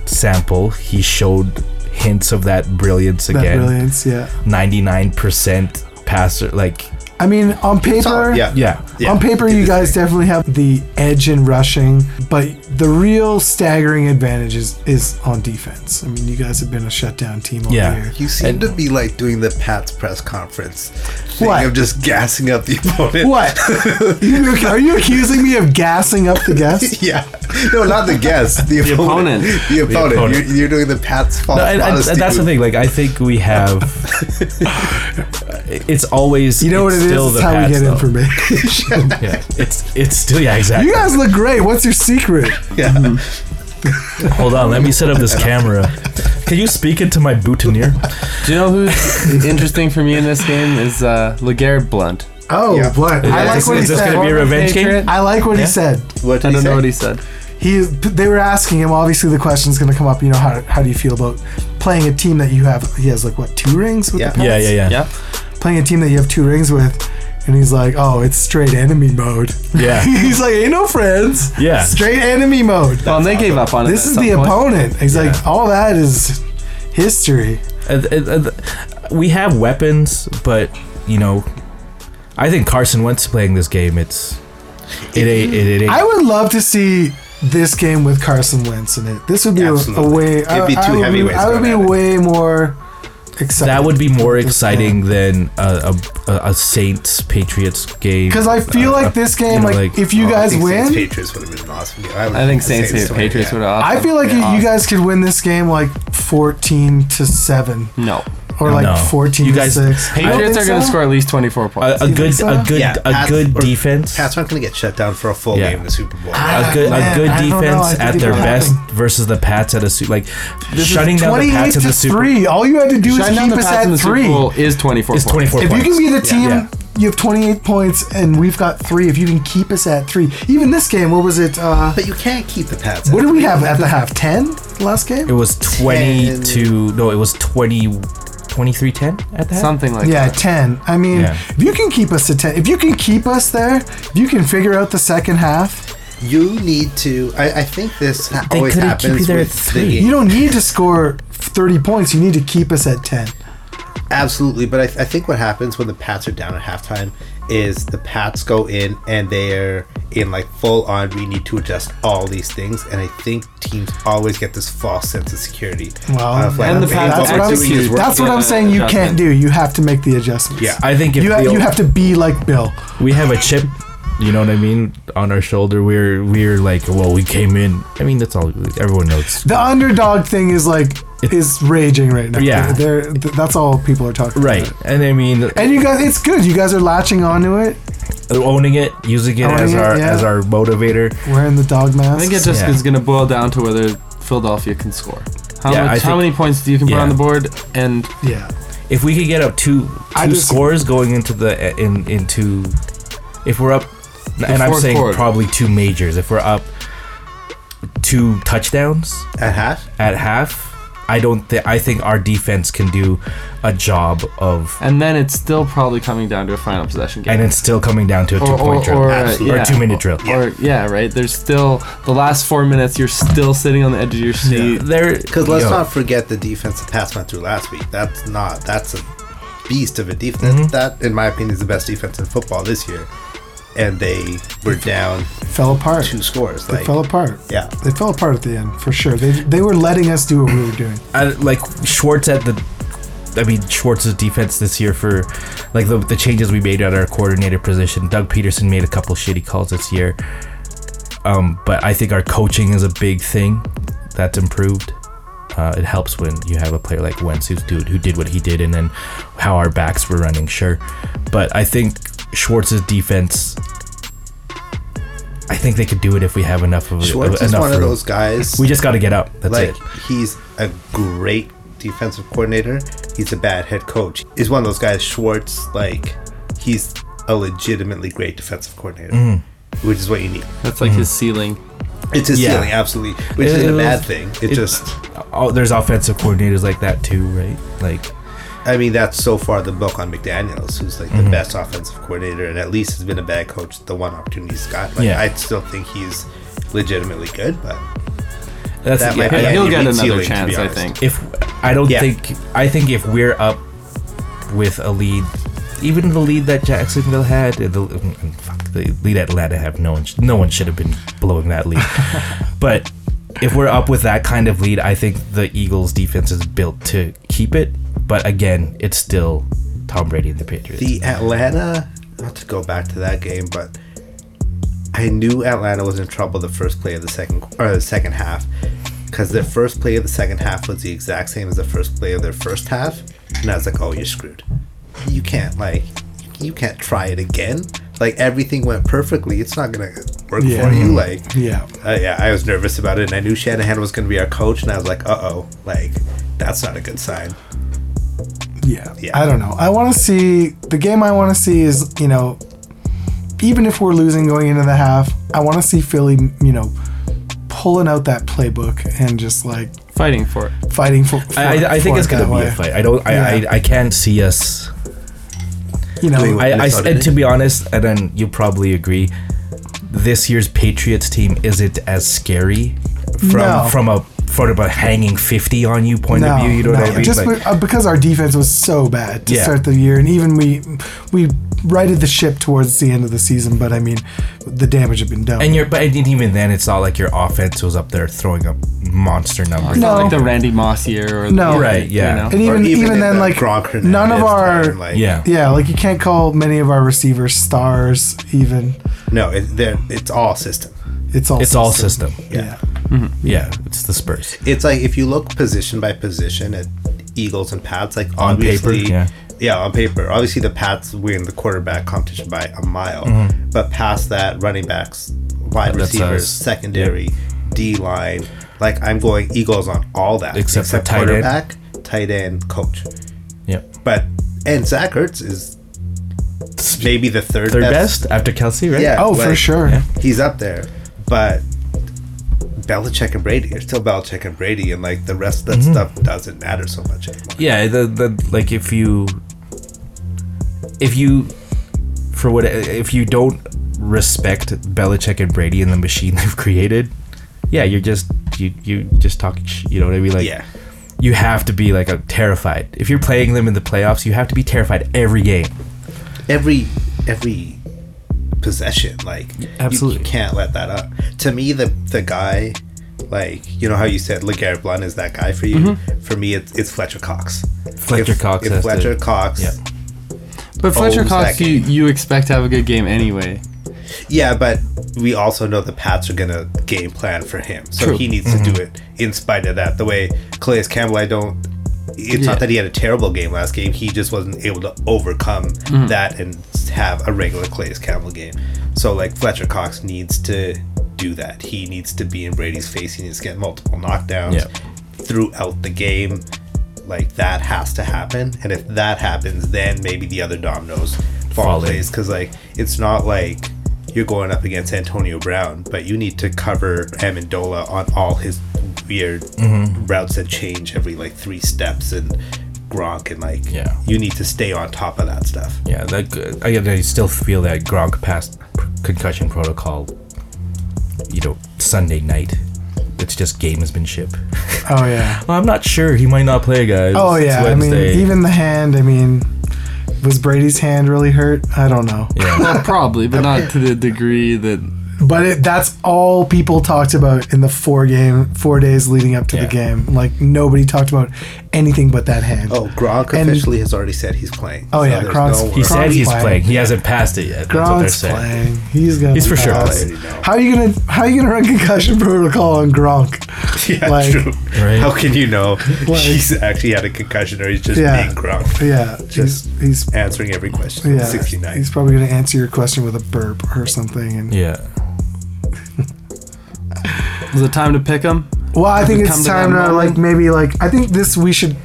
S2: sample, he showed hints of that brilliance
S1: that
S2: again.
S1: brilliance. Yeah.
S2: 99% passer, like
S1: I mean, on paper,
S4: Solid, yeah.
S2: Yeah.
S4: Yeah.
S1: on paper,
S4: Did
S1: you
S4: this
S1: guys
S4: thing.
S1: definitely have the edge in rushing, but the real staggering advantage is, is on defense. I mean, you guys have been a shutdown team all
S2: Yeah.
S1: year.
S4: You seem to be like doing the Pat's press conference thing
S1: What?
S4: of just gassing up the opponent.
S1: What? You- are you accusing me of gassing up the guest?
S4: Yeah. No, not the guest. The, opponent.
S3: opponent.
S4: The opponent.
S2: opponent.
S4: You're, you're doing the Pat's fault.
S2: No, and, and- and that's the thing. Like, I think we have. it's always.
S1: You know what
S2: it's
S1: it is?
S2: still
S1: It's
S2: the
S1: how we
S2: Pats,
S1: get
S2: though.
S1: information.
S2: Yeah, it's it's still yeah exactly.
S1: you guys look great. What's your secret?
S4: Yeah.
S2: Hold on, let me set up this camera. Can you speak into my boutonniere?
S3: Do you know who's interesting for me in this game is uh, Legarrette Blunt.
S1: Oh,
S4: Yeah.
S1: what? I
S2: Is
S1: like
S2: this-
S1: what he
S2: is this gonna be a
S1: said.
S2: revenge game?
S1: I like what he said.
S4: What did
S3: I
S4: he
S3: don't know
S4: say?
S3: what he said.
S1: He, they were asking him. Obviously, the question's going to come up. You know, how, how do you feel about playing a team that you have? He has like what two rings with
S4: Yeah.
S1: the Pats?
S2: Yeah, yeah, yeah,
S3: Yeah.
S1: playing a team that you have two rings with, and he's like, "Oh, it's straight enemy mode."
S2: Yeah.
S1: he's like, "Ain't no friends."
S2: Yeah.
S1: straight enemy mode.
S3: Well, and they gave up on it.
S1: this
S3: at
S1: is
S3: some
S1: the
S3: point.
S1: opponent. He's like, "All that is history."
S2: Uh, uh, uh, we have weapons, but you know, I think Carson Wentz playing this game. It's it ain't it, it ain't.
S1: I would love to see this game with Carson Wentz in it. This would be a, a
S4: Absolutely.
S1: way.
S4: It'd be
S1: I- I
S4: two
S1: would
S4: heavyweights
S1: I would
S4: going
S1: be
S4: at it.
S1: way more excited.
S2: that would be more
S1: with this
S2: exciting than a, a, a, a Saints Patriots game.
S1: Because I feel
S2: Uh,
S1: like this game,
S2: know,
S1: like,
S2: like-
S1: if you
S4: Oh, I
S1: guys
S4: think Saints
S1: win,
S4: Patriots would have been an awesome game. would
S3: I think
S4: the
S3: Saints and
S4: win,
S3: Patriots
S4: yeah.
S3: would have.
S1: I feel like you,
S3: yeah.
S1: you guys could win this game like fourteen to seven.
S3: No.
S1: or like
S2: No.
S1: 14
S2: You
S1: to
S2: guys-
S1: 6.
S2: I don't
S3: Patriots are going to score at least 24
S2: a,
S3: points.
S2: a
S1: You think
S2: good
S1: so?
S2: a good
S4: Yeah,
S2: a
S4: Pats
S2: good
S4: or-
S2: defense.
S4: Pats aren't going to get shut down for a full
S2: Yeah.
S4: game in the Super Bowl.
S2: a good,
S1: Ah, Man,
S2: a good
S1: I don't know. I
S2: defense
S1: think
S2: at
S1: it
S2: their
S1: could
S2: best
S1: happen.
S2: versus the Pats at a suit like shutting down the
S1: 28
S2: Pats
S1: to
S2: at the Super
S1: 3. All you had to do was
S3: Shutting down
S1: keep
S3: the
S1: us
S3: Pats in
S1: at
S3: the
S1: 3.
S3: Super Bowl is 24
S2: is
S3: points.
S2: twenty four
S1: If you
S2: points.
S1: can be the team,
S2: Yeah.
S1: you have 28 points and we've got 3. If you can keep us at 3. Even this game, what was it? Uh,
S4: But you can't keep the Pats.
S1: what did we have at the half? 10 last game?
S2: it was twenty
S4: 10.
S2: two. No, it was 20, 23-10 at that.
S3: Something like
S1: Yeah,
S3: that.
S1: 10. I mean,
S2: Yeah.
S1: if you can keep us to 10, if you can keep us there, if you can figure out the second half,
S4: You need to. I, I think this ha-
S2: They
S4: always
S2: couldn't keep
S4: happens
S2: you there
S4: with
S2: at
S4: the
S2: three.
S4: game.
S1: you don't need to score 30 points. You need to keep us at 10.
S4: Absolutely, but I, I think what happens when the Pats are down at halftime is the Pats go in and they're in like full on. We need to adjust all these things, and I think teams always get this false sense of security.
S1: Well,
S4: of, like,
S3: And the
S4: okay,
S3: Pats
S1: that's
S4: what
S1: what
S4: we're
S1: I'm,
S4: doing is
S3: execute.
S4: we're-
S1: that's what
S3: working
S1: I'm
S3: on
S1: saying.
S3: an
S1: You can't
S3: adjustment.
S1: do. You have to make the adjustments.
S4: Yeah.
S2: I think if
S1: You, ha-
S2: the
S1: you
S2: old-
S1: have to be like Bill.
S2: we have a chip, you know what I mean, on our shoulder. We're we're like, well, we came in. I mean, that's all everyone knows.
S1: The underdog thing is like is raging right now.
S2: Yeah.
S1: They're, they're- th- that's all people are talking
S2: Right,
S1: about.
S2: and I mean,
S1: And you guys, it's good. You guys are latching onto it,
S2: owning it, using it as
S1: Owning it,
S2: our
S1: yeah.
S2: as our motivator.
S1: wearing the dog
S3: I
S1: mask.
S3: think it just
S2: Yeah.
S3: is going to boil down to whether Philadelphia can score. How,
S2: Yeah, I
S3: much, how
S2: think-
S3: many points do you can put
S2: yeah.
S3: on the board? And
S1: yeah.
S2: If we could get up two
S1: I
S2: two
S1: just-
S2: scores going into the eh, in into, if we're up, and I'm
S3: fourth
S2: saying
S3: quarter.
S2: probably two majors. If we're up two touchdowns
S4: at half.
S2: at half. I don't think I think our defense can do a job of,
S3: and then it's still probably coming down to a final possession game.
S2: and it's still coming down to a two
S3: or,
S2: point
S3: or,
S2: drill
S3: or, uh,
S4: Absolutely.
S2: or
S3: yeah.
S2: two minute drill.
S3: Or yeah, right. There's still the last four minutes. You're still sitting on the edge of your seat.
S2: There,
S4: Because let's
S2: yo,
S4: not forget the defense the Pats went through last week. That's not. That's a beast of a defense.
S2: Mm-hmm.
S4: That, in my opinion, is the best defense in football this year. And they were down
S1: Fell apart.
S4: two scores.
S1: They
S4: Like,
S1: fell apart.
S4: Yeah.
S1: They fell apart at the end for sure. They they were letting us do what we were doing.
S2: I, like Schwartz at the. I mean Schwartz's defense this year for, like the, the changes we made at our coordinator position. Doug Peterson made a couple shitty calls this year, um, but I think our coaching is a big thing that's improved. Uh, it helps when you have a player like Wentz who's dude who did what he did and then how our backs were running. Sure, but I think Schwartz's defense. I think they could do it if we have enough of
S4: Schwartz
S2: enough
S4: is one of
S2: room.
S4: those guys.
S2: We just got to get up. That's
S4: like
S2: it.
S4: he's a great defensive coordinator. He's a bad head coach. He's one of those guys, Schwartz. Like he's a legitimately great defensive coordinator,
S2: Mm.
S4: which is what you need.
S3: That's
S2: Mm-hmm.
S3: like his ceiling.
S4: It's his
S2: Yeah.
S4: ceiling, absolutely, which
S2: It-
S4: isn't
S2: it
S4: a bad
S2: was-
S4: thing. It,
S2: it-
S4: just,
S2: oh, there's offensive coordinators like that too, right? Like,
S4: I mean, that's so far the book on McDaniel's, who's like
S2: Mm-hmm.
S4: the best offensive coordinator, and at least has been a bad coach the one opportunity he's got. Like,
S2: Yeah.
S4: I still think he's legitimately good, but
S2: that's
S4: That
S2: yeah,
S4: might be
S2: I-
S4: it.
S3: He'll
S4: you
S3: get
S4: need
S3: another
S4: ceiling, to be
S3: chance, I
S4: honest.
S3: think.
S2: if I don't
S4: Yeah.
S2: think I think if we're up with a lead even the lead that Jacksonville had, uh, the, mm, fuck, the lead Atlanta have, no one, sh- no one should have been blowing that lead. but if we're up with that kind of lead, I think the Eagles' defense is built to keep it. But again, it's still Tom Brady and the Patriots.
S4: The Atlanta, not to go back to that game, but I knew Atlanta was in trouble the first play of the second or the second half because their first play of the second half was the exact same as the first play of their first half, and I was like, "Oh, you're screwed. You can't like, you can't try it again. Like everything went perfectly. It's not gonna work
S1: Yeah.
S4: for you. Like,
S1: Yeah.
S4: uh, yeah, I was nervous about it, and I knew Shanahan was gonna be our coach, and I was like, "Uh oh, like that's not a good sign."
S1: Yeah.
S4: Yeah.
S1: I don't know. I want to see the game. I want to see is you know, even if we're losing going into the half, I want to see Philly you know pulling out that playbook and just like
S3: Fighting for it.
S1: fighting for. for
S2: I, I- I think
S1: for
S2: it's
S1: it
S2: gonna
S1: that
S2: be a
S1: way.
S2: fight. I don't. I,
S1: Yeah.
S2: I, I can't see us.
S1: You know,
S4: Doing-
S2: I, I
S4: Minnesota
S2: and
S4: did.
S2: to be honest, and then you probably agree. This year's Patriots team isn't as scary from
S1: No.
S2: from a from a hanging fifty on you point
S1: no,
S2: of view. You know
S1: no.
S2: what I mean?
S1: just
S2: Like,
S1: be- uh, because our defense was so bad to
S2: Yeah.
S1: start the year, and even we we righted the ship towards the end of the season, but I mean, the damage had been done.
S2: and you're, but even then, it's not like your offense was up there throwing up monster numbers.
S1: No.
S3: Like the Randy Moss year or
S1: No.
S2: Right, yeah.
S1: and
S4: Or
S1: even, even
S4: in
S1: then,
S4: the
S1: like
S4: Gronk Hernandez
S1: none of our
S4: time, like,
S2: Yeah.
S1: yeah, like you can't call many of our receivers stars. Even
S4: no, it, they're- it's all system.
S1: it's all
S2: It's all system.
S1: Yeah.
S2: Yeah, it's the Spurs.
S4: it's like if you look position by position at Eagles and Pats, like
S2: On paper,
S4: obviously,
S2: yeah.
S4: yeah, on paper, obviously the Pats win the quarterback competition by a mile, but past that, running backs, wide
S2: Mm-hmm. That's
S4: receivers,
S2: us.
S4: secondary, D line, like I'm going Eagles on all that
S2: Except for tight end.
S4: quarterback, tight end, coach,
S2: Yep.
S4: but and Zach Ertz is maybe the third,
S2: Third
S4: best
S2: best after Kelsey, right?
S4: Yeah.
S1: Oh, for
S4: like-
S1: sure.
S2: Yeah.
S4: he's up there, but Belichick and Brady are still Belichick and Brady, and like the rest of that
S2: Mm-hmm.
S4: stuff doesn't matter so much anymore.
S2: yeah the, the like if you if you for what if you don't respect Belichick and Brady and the machine they've created yeah you're just you you just talking sh- you know what I mean like
S4: Yeah.
S2: you have to be like a terrified if you're playing them in the playoffs you have to be terrified every game
S4: Every every possession, like you-
S2: absolutely.
S4: you can't let that up. To me, the the guy, like you know how you said Legarrette Blunt is that guy for you. For me, it's it's Fletcher Cox.
S2: Mm-hmm. Fletcher
S4: If-
S2: Cox
S4: If
S2: has
S4: Fletcher
S2: to-
S4: Cox.
S2: yeah.
S3: But Fletcher
S4: Owns that
S3: Cox, you,
S4: game.
S3: you expect to have a good game anyway.
S4: Yeah, but we also know the Pats are gonna game plan for him, so
S3: True.
S4: he needs to do it in spite of that. The way Calais Campbell, I don't. It's
S3: Yeah.
S4: not that he had a terrible game last game; he just wasn't able to overcome that and have a regular Calais Campbell game. So, like Fletcher Cox needs to do that. He needs to be in Brady's face. He needs to get multiple knockdowns
S2: Yeah.
S4: throughout the game. Like that has to happen, and if that happens, then maybe the other dominoes fall,
S2: Fall
S4: fall
S2: in.
S4: place because like it's not like you're going up against Antonio Brown, but you need to cover Amendola on all his weird
S1: Mm-hmm.
S4: routes that change every like three steps and Gronk and like
S2: Yeah.
S4: you need to stay on top of that stuff.
S2: yeah that I, I still feel that Gronk passed concussion protocol you know Sunday night it's just gamesmanship
S1: Oh yeah.
S2: Well, I'm not sure. He might not play, guys.
S1: Oh
S2: It's
S1: yeah. I mean,
S2: Wednesday.
S1: even the hand. I mean, was Brady's hand really hurt? I don't know.
S2: yeah.
S3: Well, probably, but not to the degree that.
S1: But it, that's all people talked about in the four game, four days leading up to
S2: Yeah.
S1: the game. Like nobody talked about anything but that hand.
S4: Oh, Gronk
S1: And-
S4: officially has already said he's playing.
S1: Oh, yeah,
S4: there's
S1: Gronk's-
S4: wor-
S2: he said
S1: Gronk's
S2: he's
S1: playing.
S2: playing. He hasn't passed it yet. That's what they're
S1: Gronk's
S2: saying.
S1: playing. He's gonna.
S2: He's
S1: be
S2: for sure
S1: fast.
S4: playing, you know.
S1: How are you gonna How are you gonna run concussion protocol on Gronk?
S4: yeah,
S1: like-
S4: true.
S2: Right.
S4: How can you know he's actually had a concussion or he's just
S1: Yeah.
S4: being Gronk?
S1: Yeah,
S4: Just-
S1: he's, he's
S4: Answering every question.
S1: yeah.
S4: 69.
S1: He's probably gonna answer your question with a burp or something. And
S2: Yeah.
S3: Was it time to pick him?
S1: Well, I think
S3: we
S1: it's
S3: come to
S1: time
S3: that
S1: to
S3: moment?
S1: like maybe like I think this we should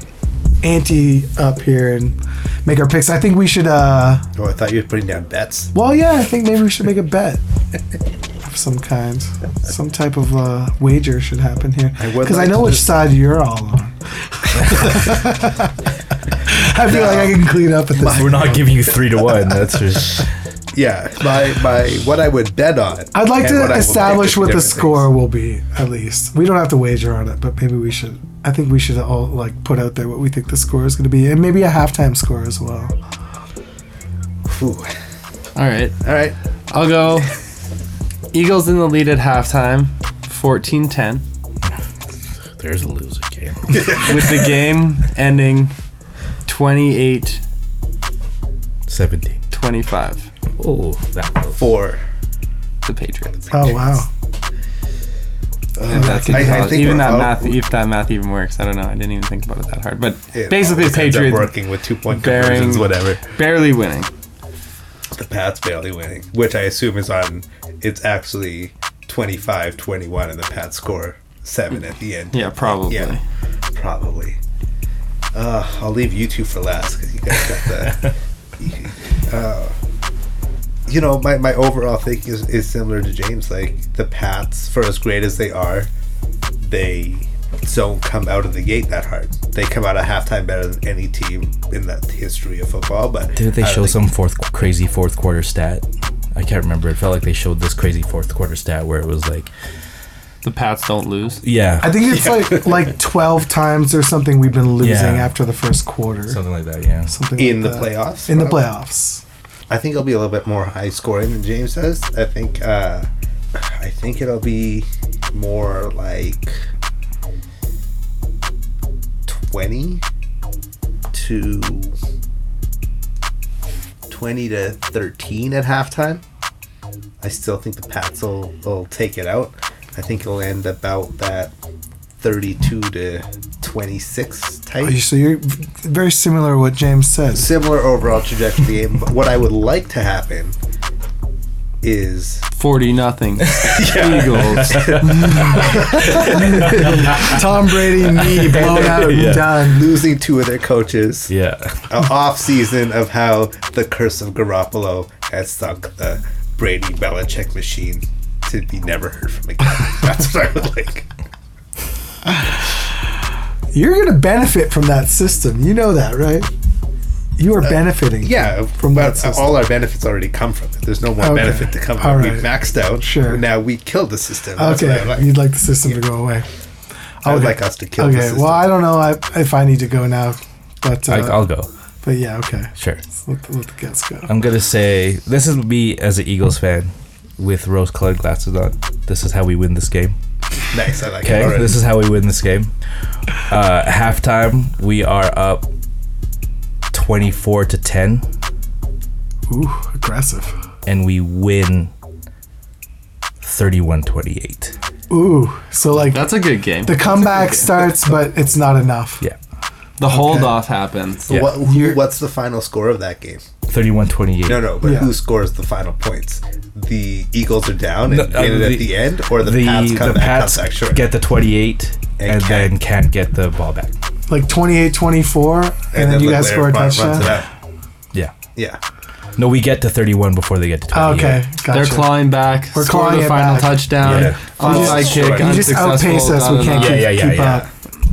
S1: ante up here and make our picks. I think we should. uh
S4: oh, I thought you were putting down bets.
S1: Well, yeah, I think maybe we should make a bet of some kind. Some type of uh, wager should happen here
S4: I would
S1: because I
S4: like
S1: know
S4: to
S1: which
S4: just-
S1: side you're all on. I feel like I can clean up at this.
S2: We're not giving you three to one. That's just.
S4: Yeah, my my what I would bet on.
S1: I'd like
S4: and what I
S1: to
S4: will
S1: establish
S4: pick are
S1: what the
S4: different
S1: score will be, at least. We don't have to wager on it, but maybe we should. I think we should all like put out there what we think the score is going to be, and maybe a halftime score as well.
S4: Ooh.
S3: All right.
S4: All right.
S3: I'll go. Eagles in the lead at halftime, 14 10,
S2: There's a loser game.
S3: with the game ending 28
S2: Seventeen.
S3: 25.
S2: Oh, that close.
S4: Four.
S3: The Patriots.
S1: Oh wow. Uh,
S3: If that could
S4: I- I
S3: count.
S4: think
S3: even
S4: we're
S3: that
S4: out-
S3: math, if that math even works, I don't know. I didn't even think about it that hard. But
S4: It
S3: basically,
S4: always ends up
S3: Patriots
S4: working with two point
S3: bearing-
S4: conversions, whatever.
S3: barely winning.
S4: The Pats barely winning, which I assume is on. It's actually 25-21, and the Pats score seven at the end.
S3: Yeah, probably.
S4: Yeah, probably. Uh, I'll leave you two for last because you guys got the. uh, you know, my, my overall thing is, is similar to James. Like, the Pats, for as great as they are, they don't come out of the gate that hard. They come out of halftime better than any team in the history of football. But
S2: Didn't they
S4: I don't
S2: show
S4: think-
S2: some fourth crazy fourth quarter stat? I can't remember. It felt like they showed this crazy fourth quarter stat where it was like,
S3: The Pats don't lose.
S2: yeah,
S1: I think it's like like twelve times or something we've been losing
S2: Yeah.
S1: after the first quarter.
S2: something like that. Yeah.
S1: something
S4: in
S1: like
S4: the
S1: that.
S4: playoffs?
S1: In the
S4: Probably.
S1: playoffs.
S4: I think it'll be a little bit more high scoring than James does. I think uh, I think it'll be more like 20 to 20 to 13 at halftime. I still think the Pats will, will take it out. I think it'll end about that 32 to 26 type
S1: Oh, you- So you're v- very similar to what James said.
S4: similar overall trajectory of the game. But what I would like to happen is
S3: 40 nothing. Eagles.
S1: Tom Brady knee blown out,
S2: Yeah.
S1: done.
S4: losing two of their coaches.
S2: Yeah.
S4: An off season of how the curse of Garoppolo has sunk the Brady Belichick machine to be never heard from again. That's what I would like.
S1: You're gonna benefit from that system. You know that, right? You are benefiting.
S4: Uh, Yeah,
S1: From that
S4: but
S1: system.
S4: all our benefits already come from it. There's no more
S1: Okay.
S4: benefit to come
S1: All
S4: from. it.
S1: right.
S4: We've maxed out.
S1: Sure.
S4: Now we killed the system. That's
S1: Okay.
S4: what I would like.
S1: You'd like the system to go away.
S4: I would
S1: Okay.
S4: like us to kill the
S1: okay.
S4: system.
S1: Well, I don't know I, if I need to go now, but uh,
S2: I, I'll go.
S1: but yeah, okay.
S2: Sure.
S1: Let's let, the- let the guests go.
S2: I'm gonna say this is me as an Eagles fan with rose-colored glasses on. This is how we win this game.
S4: nice. I like it.
S2: Okay,
S4: All right.
S2: this is how we win this game. Uh, halftime, we are up 24 to 10,
S1: Ooh, aggressive.
S2: and we win 31 28.
S1: Ooh, so like
S3: That's a good game.
S1: the comeback starts, but it's not enough.
S2: Yeah,
S3: The hold off happens.
S2: Yeah.
S4: What, who,
S1: You're-
S4: what's the final score of that game?
S2: 31 28.
S4: No, no, but
S1: Yeah.
S4: who scores the final points? The Eagles are down and
S2: No, uh,
S4: get it
S2: the-
S4: at the end, or the,
S2: The,
S4: Pats come
S2: the
S4: back,
S2: Pats
S4: comes back short.
S2: get the 28 and,
S4: And can't-
S2: then can't get the ball back.
S1: Like 28-24, and, then, you guys
S4: Leclerc
S1: score a
S4: run- runs
S1: touchdown.
S4: it out.
S2: Yeah.
S4: Yeah,
S2: No, we get to 31 before they get to 28.
S1: Ah, Okay, gotcha.
S3: They're clawing back.
S1: We're
S3: We're score
S1: clawing
S3: the
S1: it
S3: final
S1: back.
S3: touchdown.
S2: Yeah.
S3: Onside
S4: just-
S3: kick.
S1: You just
S3: unsuccessful,
S1: outpace us. We
S3: da-da-da.
S1: can't
S2: Yeah,
S1: keep,
S2: yeah, yeah,
S1: keep
S2: yeah.
S1: up.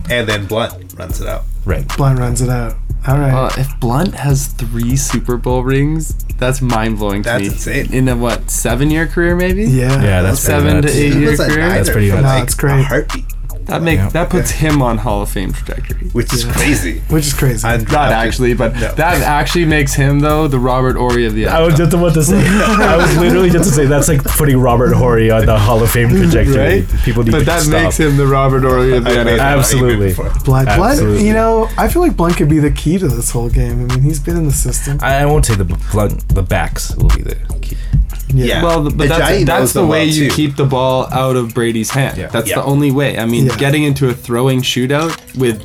S4: and then Blunt runs it out.
S2: Right.
S1: Blunt runs it out. All right.
S3: Uh, if Blunt has three Super Bowl rings, that's mind blowing to
S4: That's
S3: me.
S4: insane.
S3: In a what seven year career maybe?
S1: yeah.
S2: Yeah, that's
S3: Seven
S2: pretty
S3: to
S2: nuts.
S3: eight. Eight-year
S4: That's a
S3: career?
S4: niner
S2: That's pretty
S4: for,
S2: good.
S1: No,
S4: like,
S1: it's great.
S4: A heartbeat,
S3: That make
S2: Yeah.
S3: that puts him on Hall of Fame trajectory.
S4: which is crazy.
S1: Which is crazy.
S4: I'm
S3: Not actually, but
S4: No.
S3: that actually makes him though the Robert Ory of the.
S2: I was just about to say. I was literally just to say that's like putting Robert Horry on the Hall of Fame trajectory.
S3: Right?
S2: People need
S3: but
S2: to
S3: that
S2: stop.
S3: makes him the Robert Ory of the.
S4: I made that
S3: NFL.
S2: Absolutely.
S4: argument before.
S1: Blunt, Blunt,
S2: Absolutely.
S1: you know, I feel like Blunt could be the key to this whole game. I mean, he's been in the system.
S2: I, I won't say the blunt. The backs will be the key.
S4: Yeah.
S3: Well, but that's,
S4: Ajayi knows
S3: that's the
S4: them
S3: way
S4: well,
S3: you
S4: too.
S3: keep the ball out of Brady's hand.
S2: Yeah.
S3: That's
S4: Yeah.
S3: the only way. I mean,
S1: Yeah.
S3: getting into a throwing shootout with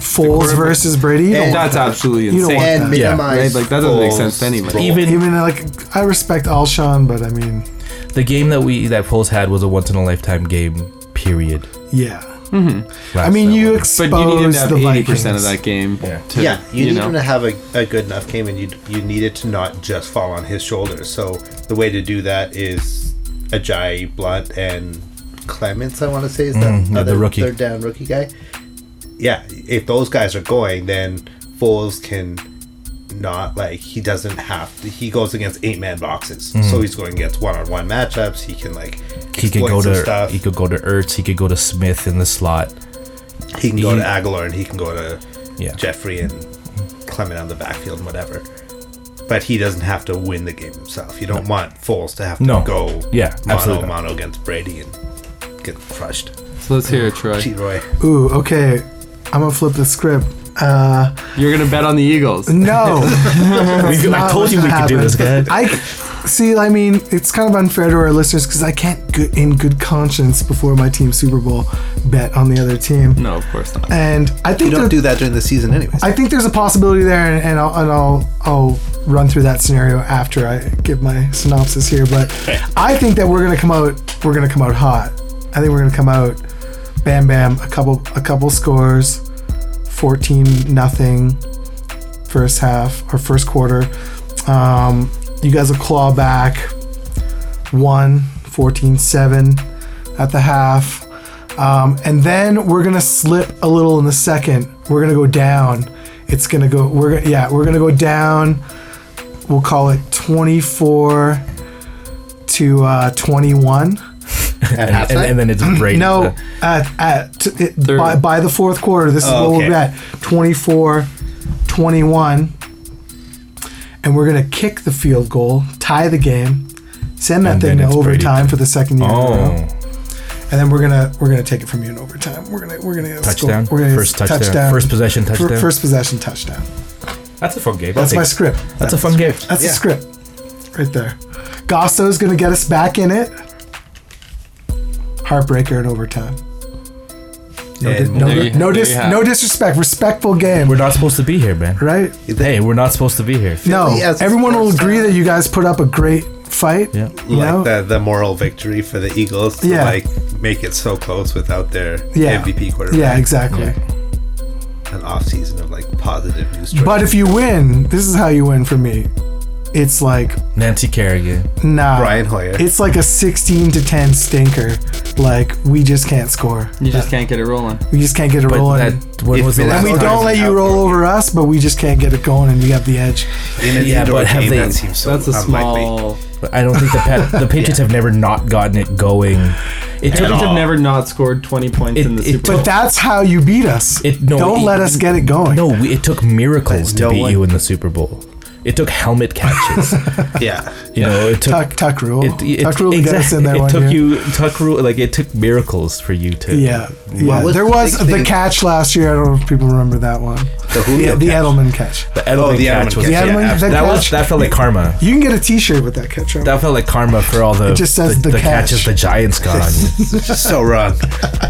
S1: Foles
S3: quarterback-
S1: versus Brady. Oh, you don't
S4: And
S1: want
S3: that's
S1: that.
S3: absolutely
S1: You don't
S3: insane.
S1: want
S4: and
S1: Yeah.
S4: minimize.
S3: Right, like, that doesn't make
S4: Foles'
S3: sense to anyone.
S4: role.
S2: Even
S1: Even like I respect Alshon, but I mean,
S2: the game that we that Foles had was a once in a lifetime game. Period.
S1: yeah.
S2: That's
S1: I mean,
S2: that
S1: you
S2: one.
S1: expose
S3: But you need him to have
S1: the
S3: eighty
S1: Vikings.
S3: percent of that game.
S2: Yeah.
S3: To,
S4: yeah, you,
S3: you
S4: need
S3: know.
S4: him to have a, a good enough game, and you you need it to not just fall on his shoulders. So the way to do that is Ajayi Blunt and Clements. I want to say is that
S2: Mm, yeah, the
S4: other
S2: rookie.
S4: third down rookie guy. Yeah, if those guys are going, then Foles can not like he doesn't have to. He goes against eight man boxes, so he's going against one on one matchups. He can like
S2: Mm. he could
S4: exploit
S2: go
S4: some
S2: to he could go to Ertz. He could go to Smith in the slot.
S4: He can go
S2: He-
S4: to Aguilar and he can go to
S2: Yeah.
S4: Jeffrey and Clement on the backfield and whatever. but he doesn't have to win the game himself. You don't want Foles to have to
S2: No.
S4: go
S2: Yeah,
S4: mono
S2: absolutely not.
S4: mono against Brady and get crushed.
S3: So let's hear it, Troy.
S4: Gee, Roy.
S1: Ooh, okay. I'm gonna flip the script. Uh,
S3: You're gonna bet on the Eagles.
S1: no.
S2: We- I
S1: not
S2: told you we
S1: what's
S2: could do this, guy.
S1: I see. I mean, it's kind of unfair to our listeners because I can't, good, in good conscience, before my team Super Bowl, bet on the other team.
S3: No, of course not.
S1: And I
S4: You
S1: think
S4: don't
S1: that-
S4: do that during the season, anyways.
S1: I think there's a possibility there, and, and I'll and I'll I'll run through that scenario after I give my synopsis here. But I think that we're gonna come out we're gonna come out hot. I think we're gonna come out, bam bam, a couple a couple scores, fourteen nothing, first half or first quarter. Um, you guys will claw back one, 14 7 at the half. Um, and then we're gonna slip a little in the second. We're gonna go down. It's gonna go. We're gonna yeah. We're gonna go down. We'll call it 24 to uh, 21.
S4: At
S2: and, and,
S4: halftime?
S2: and then it's Brady.
S1: No,
S2: uh,
S1: at, at t- it,
S3: Third.
S1: by, by the fourth quarter, this is
S4: Oh,
S1: what
S4: okay.
S1: we're at 24 21. And we're going to kick the field goal, tie the game, send that
S2: And
S1: thing
S2: then
S1: to
S2: it's Brady
S1: overtime
S2: time.
S1: for the second year. in a row.
S2: Oh,
S1: And then we're going to we're going to take it from you in overtime. We're going to we're going to
S2: touchdown!
S1: We're gonna
S2: First touchdown. First possession
S1: Fir-
S2: touchdown.
S1: first possession touchdown.
S2: That's a fun game.
S1: That's
S2: I'll
S1: my
S2: take-
S1: script.
S2: That's a fun game.
S1: That's
S4: Yeah.
S1: the script right there. Gosso's going to get us back in it. Heartbreaker in overtime. No,
S4: And
S1: di- no,
S3: there you-
S1: no,
S3: there
S1: dis-
S3: you have
S1: no
S3: it.
S1: disrespect. Respectful game,
S2: We're not supposed to be here, man.
S1: right?
S2: Hey, we're not supposed to be here.
S1: No,
S4: Philly as a
S1: everyone will
S4: sports
S1: agree
S4: town.
S1: that you guys put up a great fight.
S2: Yeah.
S1: You know?
S4: like the, the moral victory for the Eagles to
S1: Yeah.
S4: like make it so close without their
S1: Yeah.
S4: MVP quarterback.
S1: Yeah, exactly.
S4: An off season of like positive news. Story.
S1: But if you win, this is how you win for me. It's like
S2: Nancy Kerrigan.
S1: nah.
S4: Brian Hoyer,
S1: It's like a 16 to 10 stinker. Like we just can't score.
S3: You just can't get it rolling.
S1: We just can't get it
S2: But
S1: rolling.
S2: that when
S4: If
S2: was the
S4: Philly-
S2: last
S1: and we
S4: Sometimes
S1: don't let
S4: it's
S1: you
S4: out
S1: roll
S4: there.
S1: over us, but we just can't get it going, and you have the edge.
S4: in an
S2: yeah,
S4: indoor
S2: but have
S4: game,
S2: they-
S4: that seems so
S3: That's a
S4: unlikely.
S3: small.
S2: But I don't think the Pat- the Patriots have never not gotten it going. It took
S3: Patriots have
S4: all.
S3: never not scored 20 points
S2: It-
S3: in the
S2: it
S3: Super
S2: took-
S3: Bowl.
S1: But that's how you beat us.
S2: It- no,
S1: don't
S2: it-
S1: let us get it going.
S2: no, we- it took miracles
S4: But
S2: to
S4: no
S2: beat
S4: one-
S2: you in the Super Bowl. It took helmet catches.
S4: Yeah,
S2: you know, it took.
S1: Tuck, tuck rule.
S2: It, it,
S1: tuck rule to get us
S2: exactly,
S1: in there
S2: it
S1: one
S2: took
S1: year.
S2: you tuck rule like it took miracles for you to
S1: Yeah, yeah.
S4: was
S1: there
S4: the
S1: was
S4: big
S1: the
S4: thing-
S1: catch last year. I don't know if people remember that one.
S4: the
S1: Yeah,
S4: Julio
S1: the
S4: catch.
S1: Edelman catch.
S2: the Edelman
S4: Oh, the
S2: catch
S4: Edelman
S2: was
S4: catch.
S1: The Edelman-
S4: yeah,
S1: that
S4: absolutely.
S2: that was
S1: catch-
S2: that felt like karma
S1: You can get a T-shirt with that catch. Right?
S2: that felt like karma for all the
S1: just says
S2: the,
S1: the
S2: catches
S1: catch.
S2: the Giants got on you
S4: so wrong.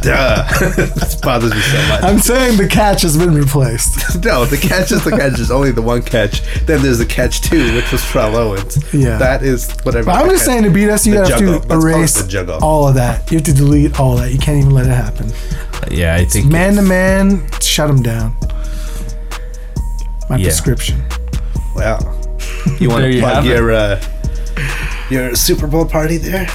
S4: Duh, this bothers me so much.
S1: I'm saying the catch has been replaced.
S4: No, the catch is the catch. There's only the one catch. Then there's the catch two, which was Terrell Owens.
S1: Yeah.
S4: that is whatever.
S1: But I'm just saying to beat us, you
S4: The
S1: have
S4: juggle. Let's
S1: to
S4: call it the
S1: erase
S4: juggle.
S1: all of that. You have to delete all that. You can't even let it happen.
S2: yeah I think
S1: Man to man, shut him down. My
S2: Yeah.
S1: prescription.
S4: Wow.
S3: You want to
S4: plug your uh, your Super Bowl party there,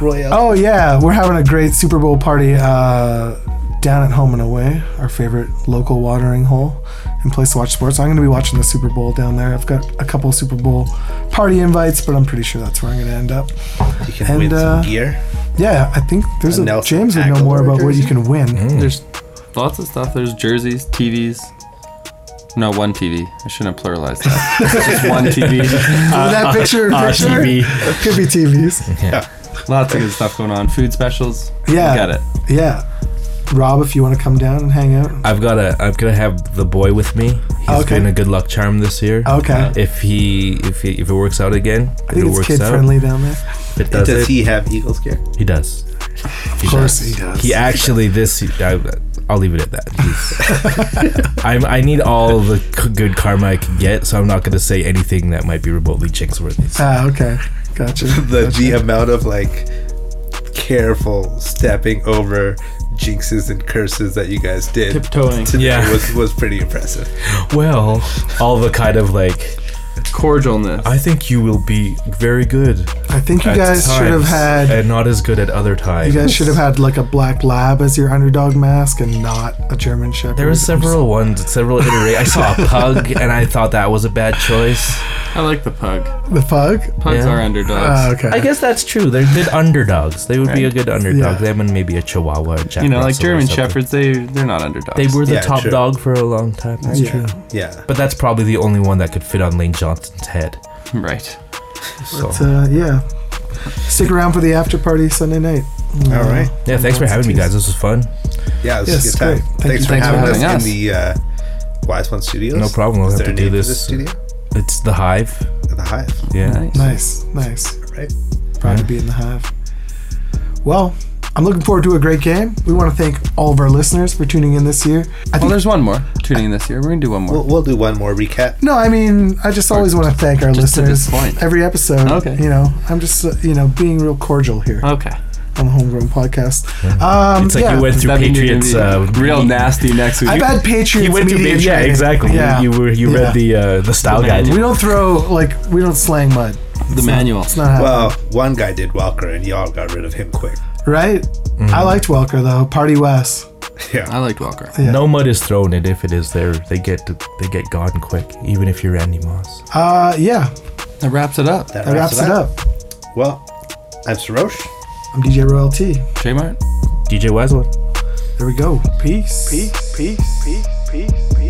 S4: Royale.
S1: Oh yeah, we're having a great Super Bowl party uh, down at home and away, our favorite local watering hole and place to watch sports. I'm going to be watching the Super Bowl down there. I've got a couple Super Bowl party invites, but I'm pretty sure that's where I'm going to end up.
S4: you can
S1: and,
S4: win
S1: uh,
S4: some gear.
S1: Yeah, I think there's
S4: A
S1: a,
S4: Nelson
S1: James would know
S4: Aguilar
S1: more about what you
S4: jersey?
S1: can win.
S3: There's lots of stuff. There's jerseys, TVs. No, one TV. I shouldn't have pluralized that. It's just one TV.
S1: that picture, in
S2: uh,
S1: picture
S2: TV.
S1: could be TVs.
S3: Lots of good stuff going on. Food specials.
S1: Yeah.
S3: You got it.
S1: Yeah, Rob, if you want to come down and hang out.
S2: I've got to I'm gonna have the boy with me. He's
S1: Okay.
S2: been a good luck charm this year.
S1: Okay.
S2: If he if he, if it works out again,
S1: I think
S2: it
S1: it's
S2: works
S1: kid
S2: out.
S1: friendly down there.
S2: If it does,
S4: Does,
S2: it, he?
S4: he have Eagles gear?
S2: does.
S1: Of course he does.
S2: He actually this. I, I'll leave it at that. He's- I'm, I need all the c- good karma I can get, so I'm not gonna say anything that might be remotely jinx worthy.
S1: Ah, okay, gotcha.
S4: The the amount of like careful stepping over jinxes and curses that you guys did
S3: Tiptoeing.
S4: today
S2: Yeah.
S4: was was pretty impressive.
S2: Well, all the kind of like
S3: Cordialness.
S2: I think you will be very good.
S1: I think you
S2: at
S1: guys should have
S2: times
S1: had
S2: and not as good at other times.
S1: You guys should have had like a black lab as your underdog mask and not a German Shepherd.
S2: There were several ones, several iterations. I saw a pug, and I thought that was a bad choice.
S3: I like the pug.
S1: The pug?
S3: Pugs
S2: Yeah.
S3: are underdogs.
S1: Oh, okay.
S2: I guess that's true. They're good underdogs. They would be a good underdog.
S1: Yeah.
S2: Them and maybe a Chihuahua, a Jack
S3: you know, like
S2: Russell or
S3: German
S2: something.
S3: shepherds, they they're not underdogs.
S2: They were the
S4: Yeah,
S2: top
S4: true.
S2: dog for a long time. That's
S1: Yeah.
S2: true.
S4: Yeah.
S2: But that's probably the only one that could fit on Lane John- Boston's head.
S3: Right.
S2: So
S1: But, uh, yeah. Stick around for the after party Sunday night. Mm.
S4: All right.
S2: yeah, thanks for having me, guys. This was fun.
S4: Yeah, this
S1: Yes,
S4: is a good time.
S1: great. Thank
S4: Thanks
S1: you.
S4: for
S3: Thanks for
S4: having us,
S3: having us.
S4: in the uh, Wise One Studios.
S2: No problem. We'll
S4: Is
S2: have
S4: there
S2: to
S4: a
S2: do
S4: name for
S2: this.
S4: studio?
S2: It's the Hive.
S4: The Hive,
S2: Yeah.
S1: Nice, nice.
S4: right?
S1: Proud to be in the hive. Well, I'm looking forward to a great game. We want to thank all of our listeners for tuning in this year. I
S3: Well,
S1: think
S3: there's one more tuning in this year. We're gonna do one more.
S4: We'll, we'll do one more recap.
S1: No, I mean, I just always want to thank our
S3: Just to
S1: listeners.
S3: disappoint.
S1: Every episode,
S3: Okay. Uh,
S1: you know, I'm just uh, you know being real cordial here
S3: okay.
S1: on the Homegrown Podcast. Um,
S2: It's like
S1: yeah.
S2: you went through
S3: That means you're gonna
S2: Patriots.
S3: be
S2: Uh,
S3: real
S2: media-
S3: nasty next week.
S1: I've had Patriots.
S2: You went through
S1: media
S2: Patriots. Yeah,
S1: training.
S2: exactly.
S1: Yeah.
S2: You, you were you read the uh, the style guide.
S1: we don't throw like we don't slang mud.
S3: the manual.
S1: It's not happening.
S4: Well, one guy did Welker, and y'all got rid of him quick.
S1: right?
S2: Mm-hmm.
S1: I liked Welker though. Party West.
S4: Yeah.
S3: I liked Walker.
S1: yeah.
S2: No mud is thrown, and if it is there, they get to, they get gone quick. Even if you're Randy Moss.
S1: Uh, yeah,
S3: That wraps it up.
S1: that wraps it up.
S4: Well, I'm Sarosh.
S1: I'm DJ Royal T.
S3: J Mart.
S2: DJ Wisewood.
S1: There we go. Peace. Peace. Peace. Peace. Peace. Peace.